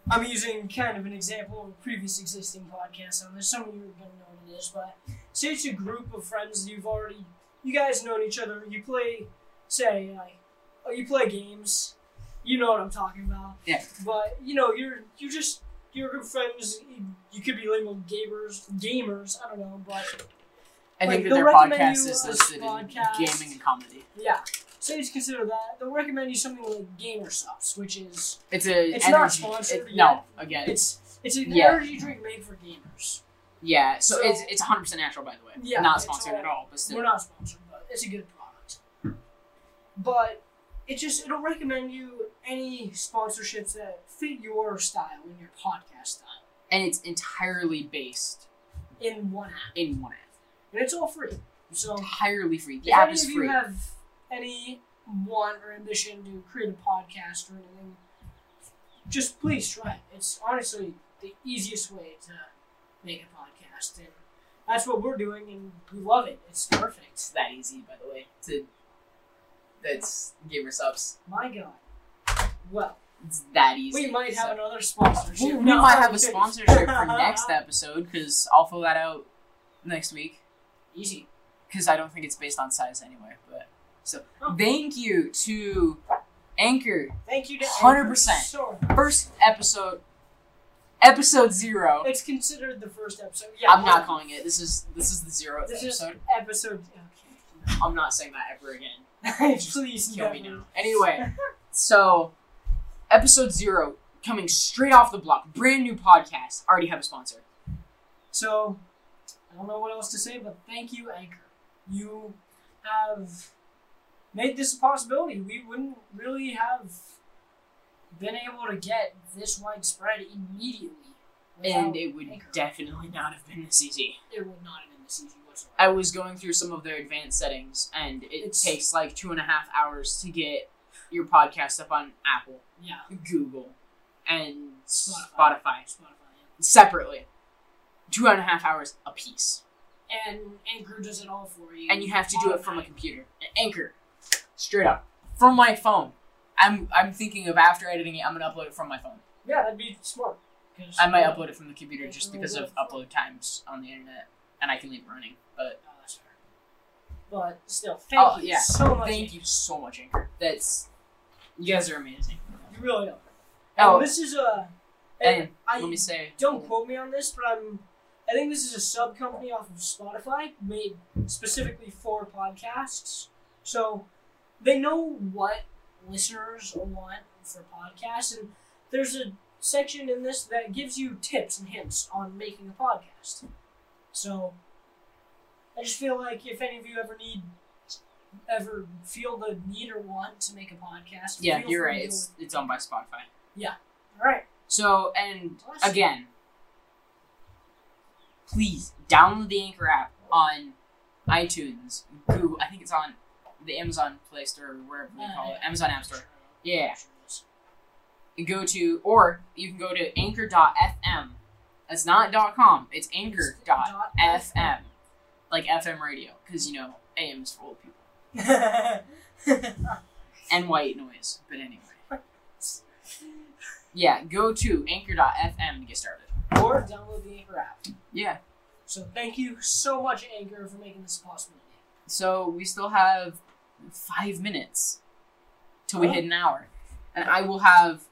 I'm using kind of an example of a previous existing podcast on this. Some of you are gonna know what it is, but say it's a group of friends that you've already you guys known each other. You play say like oh, you play games. You know what I'm talking about. Yeah. But you know you're you just you're good friends. You, you could be labeled gamers. Gamers. I don't know, but I Like, think that they'll their recommend podcast you is a listed podcast. in gaming and comedy. Yeah. So you just consider that. They'll recommend you something like Gamer Subs, which is It's a It's energy. not sponsored it- no, again, it's it's an Yeah. energy drink made for gamers. yeah. So, So- it's it's 100 percent natural, by the way. Yeah, not it's sponsored all- at all, but still. We're not sponsored, but it's a good product. But it just it'll recommend you any sponsorships that fit your style and your podcast style and it's entirely based in one app, in one app, and it's all free. So entirely free. The if app any is of you free. have any want or ambition to create a podcast or anything, just please try it. It's honestly the easiest way to make a podcast, and that's what we're doing, and we love it. It's perfect. It's that easy, by the way. To that's gamer subs. My God. Well, It's that easy. we might So- have another sponsorship. Well, we No, might have okay. *laughs* a sponsorship for next episode because I'll fill that out next week Easy. because I don't think it's based on size anyway. But so Oh. thank you to Anchor Thank you to 100%. Anchor. Sure. first episode, episode zero. It's considered the first episode. Yeah, I'm well, not calling it. This is this is the zeroth This is *laughs* episode. episode. I'm not saying that ever again. Okay. *laughs* please Kill never. me now. Anyway, so episode zero coming straight off the block, brand new podcast. Already have a sponsor. So, I don't know what else to say, but thank you, Anchor. You have made this a possibility. We wouldn't really have been able to get this widespread immediately. And without it would Anchor. definitely not have been this easy. it would not have been this easy whatsoever. I was going through some of their advanced settings, and it It's- takes like two and a half hours to get your podcast up on Apple, yeah, Google, and Spotify. Spotify Spotify. separately. Two and a half hours a piece, yeah. And Anchor does it all for you. and you have to do it from a Automatically. computer, An Anchor, straight up from my phone. I'm I'm thinking of after editing it, I'm gonna upload it from my phone. Yeah, that'd be smart. 'cause- I might upload it from the computer just because of upload times on the internet, and I can leave it running. But Oh, that's fair. But still, thank Oh, you yeah. so much. thank you so much, Anchor. That's you guys are amazing. You really are. Oh, And this is a. and And I let me say, don't quote me on this, but I'm. I think this is a sub company off of Spotify made specifically for podcasts. So they know what listeners want for podcasts, and there's a section in this that gives you tips and hints on making a podcast. So I just feel like if any of you ever need, ever feel the need or want to make a podcast, yeah, feel you're free right. to- It's it's owned by Spotify. all right. So and Awesome. again, please download the Anchor app on iTunes. Google, I think it's on the Amazon Play Store or wherever they call Uh, it, Amazon *laughs* App Store. Yeah, go to or you can go to Anchor.fm. That's not .com. It's Anchor.fm, Dot like FM radio, because you know AM is for old people *laughs* FM. and white noise. But *laughs* anyway, yeah, go to Anchor.fm to get started. or download the Anchor app. Yeah. So thank you so much, Anchor, for making this a possibility. So we still have five minutes till Oh. we hit an hour. And I will have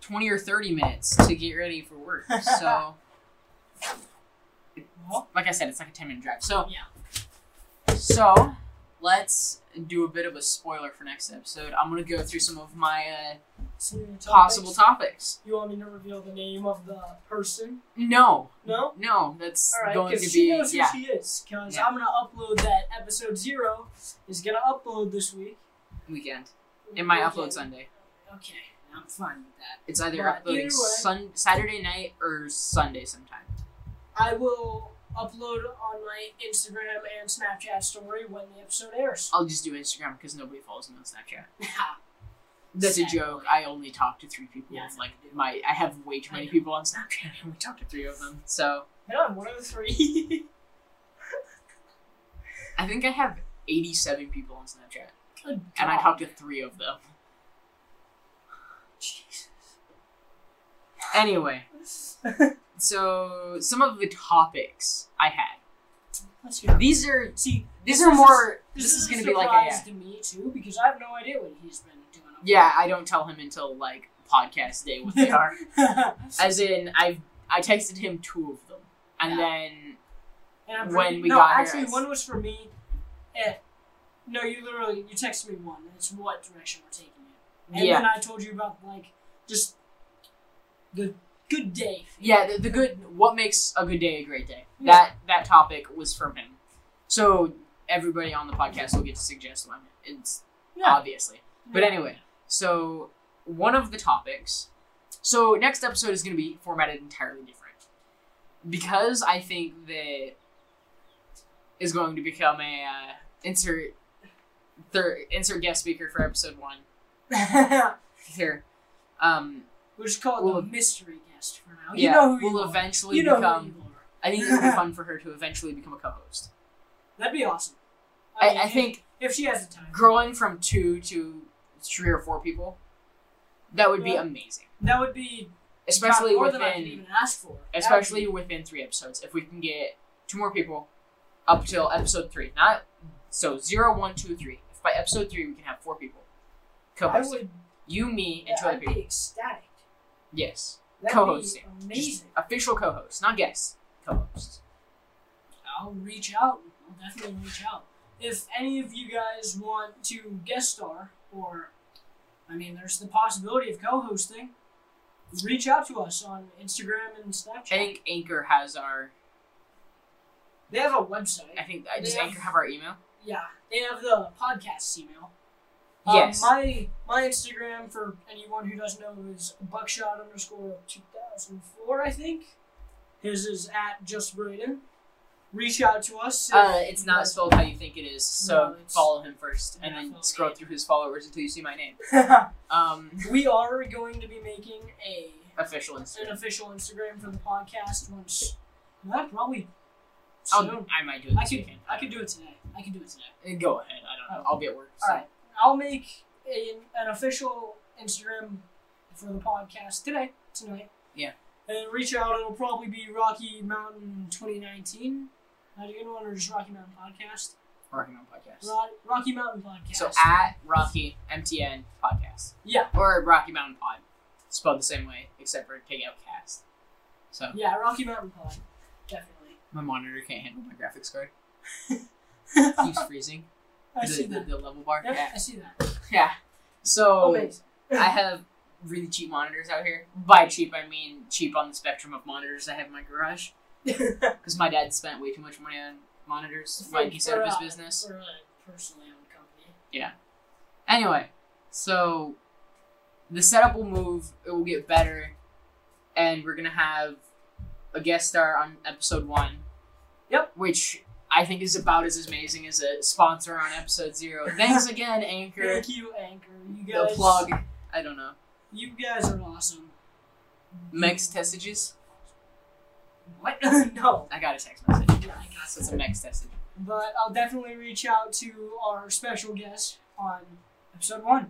20 or 30 minutes to get ready *laughs* for work. So, Well, like I said, it's like a 10 minute drive. So, Yeah. So, let's do a bit of a spoiler for next episode. I'm going to go through some of my some new topics. uh, possible topics. You want me to reveal the name of the person? No, No. no, that's All right, going because to she be. knows who Yeah. she is. Because Yeah. I'm gonna upload that episode zero is gonna upload this week. Weekend. It might Okay. upload Sunday. Okay, I'm fine with that. It's either Well, uploading either way. sun- Saturday night or Sunday sometime. I will upload on my Instagram and Snapchat story when the episode *laughs* airs. I'll just do Instagram because nobody follows me on Snapchat. That's Sad. a joke. I only talk to three people. Yeah. Like my, I have way too I many know. people on Snapchat. *laughs* I only talk to three of them. So and I'm one of the three. *laughs* I think I have eighty-seven people on Snapchat. Good and I God. talked to three of them. *laughs* Jesus. Anyway, so some of the topics I had. Let's hear it. These are See, these this are is- more. this, This is going to gonna be like surprise a to me too because I have no idea what he's been doing. over yeah. I don't tell him until like podcast day what they are. there. *laughs* As in, I I texted him two of them, and then And I'm when pretty- we no, got here, actually, I- one was for me. Eh, no, you literally you texted me one. And it's what direction we're taking it. And yeah, then I told you about like just the good day. yeah. The, the good what makes a good day a great day. Yeah. That that topic was from him. So everybody on the podcast will get to suggest one. It's obviously. But Yeah. *laughs* anyway, so one of the topics. So next episode is going to be formatted entirely different because I think that is going to become a uh, insert third insert guest speaker for episode one here. Um, we're just called We'll- the mystery guest for now. you yeah, know who you will are. eventually You know become. who you are. I think it would be fun for her to eventually become a co-host. That'd be awesome. I, mean, I if- think if she has the time, growing from two to three or four people, that would be Yeah. amazing, that would be especially more within. than I can even ask for. That would especially be- within three episodes. If we can get two more people up till episode three, not so zero, one, two, three. If by episode three we can have four people, I co-host would. you, me, and Yeah, two other I'd people. be ecstatic. Yes, That'd Co-hosting. be amazing. official co-hosts, not guests. Co-hosts. I'll reach out. I'll definitely reach out. If any of you guys want to guest star, or I mean, there's the possibility of co-hosting, reach out to us on Instagram and Snapchat. I think Anchor has our. they have a I website. think I does Yeah. Anchor have our email? Yeah, they have the podcast email. Um, yes. My my Instagram for anyone who doesn't know is buckshot underscore two thousand four. I think his is at just Braden. Reach out to us. if uh, it's you not guys- spelled how you think it is, No, so it's- follow him first, and Yeah, then follow scroll me. through his followers until you see my name. Um, *laughs* we are going to be making a official an Instagram. official Instagram for the podcast once. Well, probably. I'll, Soon. I might do it. This I could weekend. I could do it today. I could do it today. Uh, Go ahead. I don't know. I'll be at work. So. All right, I'll make an, an official Instagram for the podcast today, tonight. Yeah. And reach out. It'll probably be Rocky Mountain 2019. How do you get one or just Rocky Mountain Podcast? Rocky Mountain Podcast. Ro- Rocky Mountain Podcast. So at Rocky MTN Podcast. Yeah. Or Rocky Mountain Pod. Spelled the same way, except for take out cast. So yeah, Rocky Mountain Pod, definitely. *laughs* my monitor can't handle my graphics card. Keeps *laughs* I freezing. the, see the- that. Oh, the level bar. Yep, Yeah. I see that. *laughs* Yeah. So Amazing. I have really cheap monitors out here. By cheap I mean cheap on the spectrum of monitors I have in my garage. Because my dad spent way too much money on monitors when he set up his For, uh, business. For a personally owned company. Anyway, so the setup will move, it will get better, and we're gonna have a guest star on episode one. Yep. Which I think is about as amazing as a sponsor on *laughs* episode zero. Thanks again, Anchor. Thank you, Anchor. You the guys. plug. I don't know. You guys are awesome. Mex testages? What? *laughs* no. I got a text message. Yeah, I got So it's a Mex testage. but I'll definitely reach out to our special guest on episode one.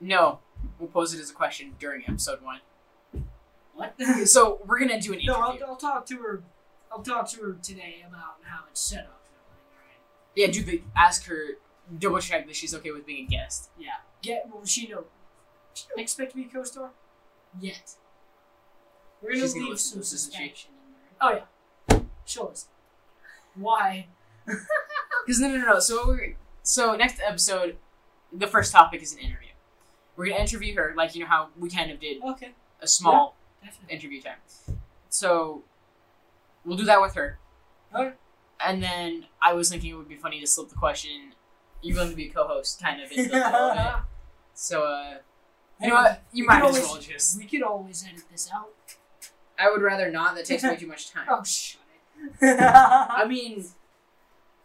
No. We'll pose it as a question during episode one. *laughs* What? So we're gonna do an no, interview. I'll, I'll talk to her. I'll talk to her today about how it's set up. and yeah, do the ask her double check that she's okay with being a guest. everything, right? Yeah. Get well. She don't. She don't expect to be co-star yet. We're gonna She's gonna leave listen to some this, isn't she? suspension in there. Oh yeah. She'll listen. Why? Because no, no, no, no. So we're, so next episode, the first topic is an interview. We're gonna interview her, like you know how we kind of did Okay. a small *laughs* Definitely. interview time. So we'll do that with her. Okay. And then I was thinking it would be funny to slip the question, "You're going to be a co-host," kind of. Into *laughs* the middle of *laughs* it. So uh, you know what? You We might could as always- well just. We could always edit this out. I would rather not. That *laughs* takes way too much time. Oh, shut it. *laughs* I mean,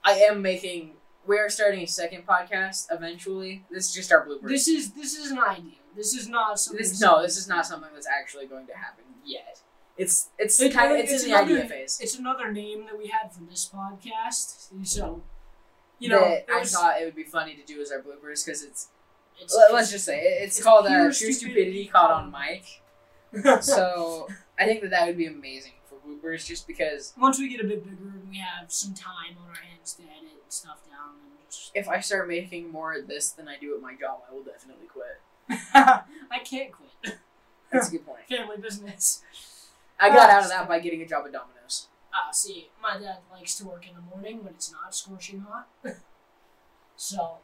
I am making. We are starting a second podcast eventually. This is just our bloopers. this is this is an idea. This is not something. This, no, this is not something that's actually going to happen yet. It's it's It- kind of it- it's, it's in the idea another- phase. It's another name that we had for this podcast. So You know, that I there's- thought it would be funny to do as our bloopers because it's, it's, let- let's just say it, it's, it's called uh, pure True Stupidity stupidity Caught caught on Mic. So I think that that would be amazing for bloopers just because once we get a bit bigger and we have some time on our hands to edit and stuff down and just *laughs* if I start making more at this than I do at my job, I will definitely quit. I can't quit. That's a good point. Family business. I got out of that by getting a job at Domino's. Ah, see, my dad likes to work in the morning when it's not scorching hot. *laughs* so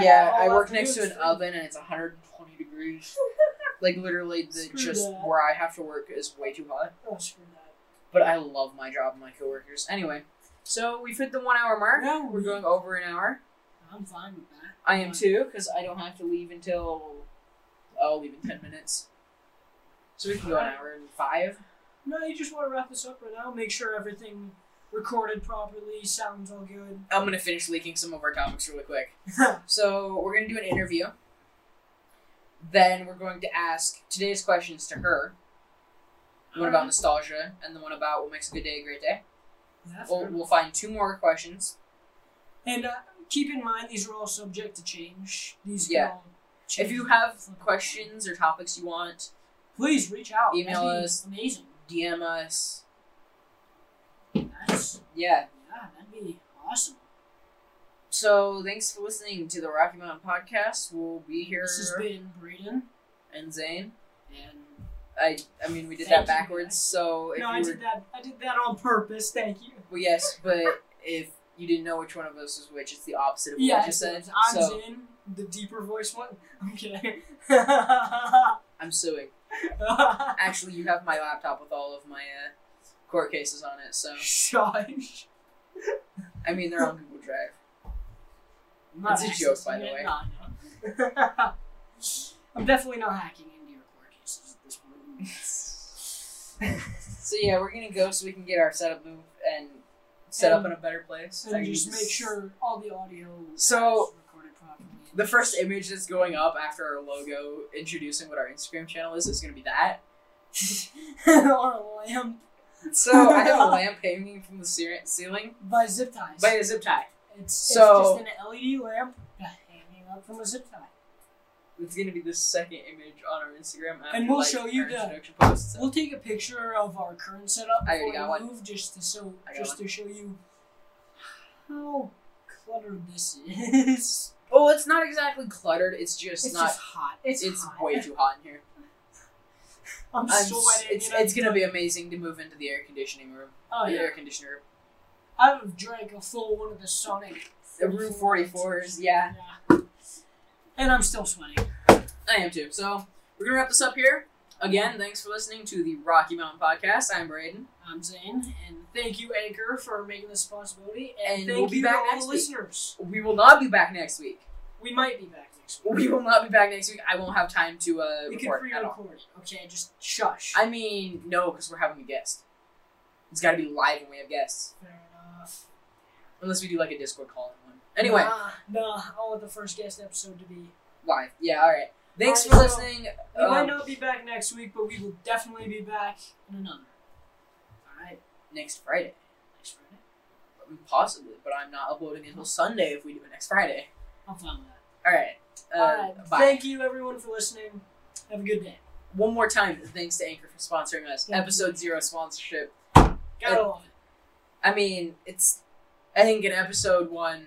yeah, all I have work to next do to is an think- oven and it's 120 *laughs* degrees. like literally, the, Screw just that. where I have to work is way too hot. Oh, screw that. But I love my job and my coworkers. Anyway, so we've hit the one hour mark. No, We're going over an hour. I'm fine with that. I am Fine. too, because I don't have to leave until I'll leave in ten minutes. So we can go an hour and five. No, you just want to wrap this up right now. Make sure everything recorded properly, sounds all good. I'm gonna finish leaking some of our topics really *laughs* quick. So we're gonna do an interview. Then we're going to ask today's questions to her. One about nostalgia, and then one about what makes a good day a great day. That's We'll, good. we'll find two more questions. And uh, keep in mind, these are all subject to change. These can Yeah. all change. If you have questions or topics you want, please reach out. Email That'd be us. Amazing. DM us. That's Yeah. yeah, that'd be awesome. So thanks for listening to the Rocky Mountain Podcast. We'll be here This has been Braden and Zane. and I I mean we did Thank that you, backwards, guys. so if no, you I were, did that. I did that on purpose. Thank you. *laughs* well, yes, but if you didn't know which one of us is which, it's the opposite of what Yeah, you just said. it's- I'm so Zin, the deeper voice one. *laughs* I'm kidding. I'm suing. Actually, you have my laptop with all of my uh, court cases on it, so Shush. I *laughs* mean they're on Google Drive. Not It's a joke, by accessing the it, way. no, no. *laughs* I'm definitely not hacking into your court cases at this *laughs* point. *laughs* So yeah, we're gonna go so we can get our setup move and set up in a better place. I and can just make sure all the audio So, is recorded properly. *laughs* The first image that's going up after our logo introducing what our Instagram channel is is gonna be that. or a lamp So I *laughs* have a lamp hanging from the ceil- ceiling by zip ties. by a zip tie. it's, so- it's just an LED lamp hanging up from a zip tie. It's gonna be the second image on our Instagram. After, And we'll like, show you our the- introduction post. So We'll take a picture of our current setup I already before got we one. move, just to so I got just to show you how cluttered this is. Well, it's not exactly cluttered. It's just It's, not. just hot. It's, it's hot. way too hot in here. *laughs* I'm, I'm s- sweating. it's and I'm it's gonna be amazing to move into the air conditioning room. Oh the yeah, air conditioner room. I've drank a full one of the Sonic. The room forty fours. Yeah, Yeah. And I'm still sweating. I am too. So we're gonna wrap this up here. Again, thanks for listening to the Rocky Mountain Podcast. I'm Braden. I'm Zane, and thank you, Anchor, for making this possibility. And, And thank we'll be you back to all next the week. listeners. We will not be back next week. We might be back next week. We will not be back next week. I won't have time to uh, You can record at all. pre-record it. Okay, just shush. I mean, no, because we're having a guest. It's got to be live when we have guests, Fair enough. unless we do like a Discord call in one. Anyway, Nah, nah, I want the first guest episode to be. We live. Yeah, all right. Thanks All for right, so- listening. might Um, not be back next week, but we will definitely be back in another. All right, Next Friday, next Friday. possibly, but I'm not uploading until Sunday if we do it next Friday. I'm fine with that. All right. Uh, All right. Bye. Thank you, everyone, for listening. Have a good day. One more time, thanks to Anchor for sponsoring us. Thank you. Episode zero sponsorship. Gotta love it. I mean, it's. I think in episode one,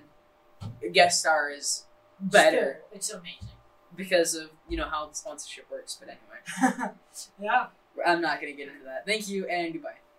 guest star is better Still, it's amazing. *laughs* because of you know how the sponsorship works. But anyway, yeah. I'm not gonna get into that. Thank you and goodbye.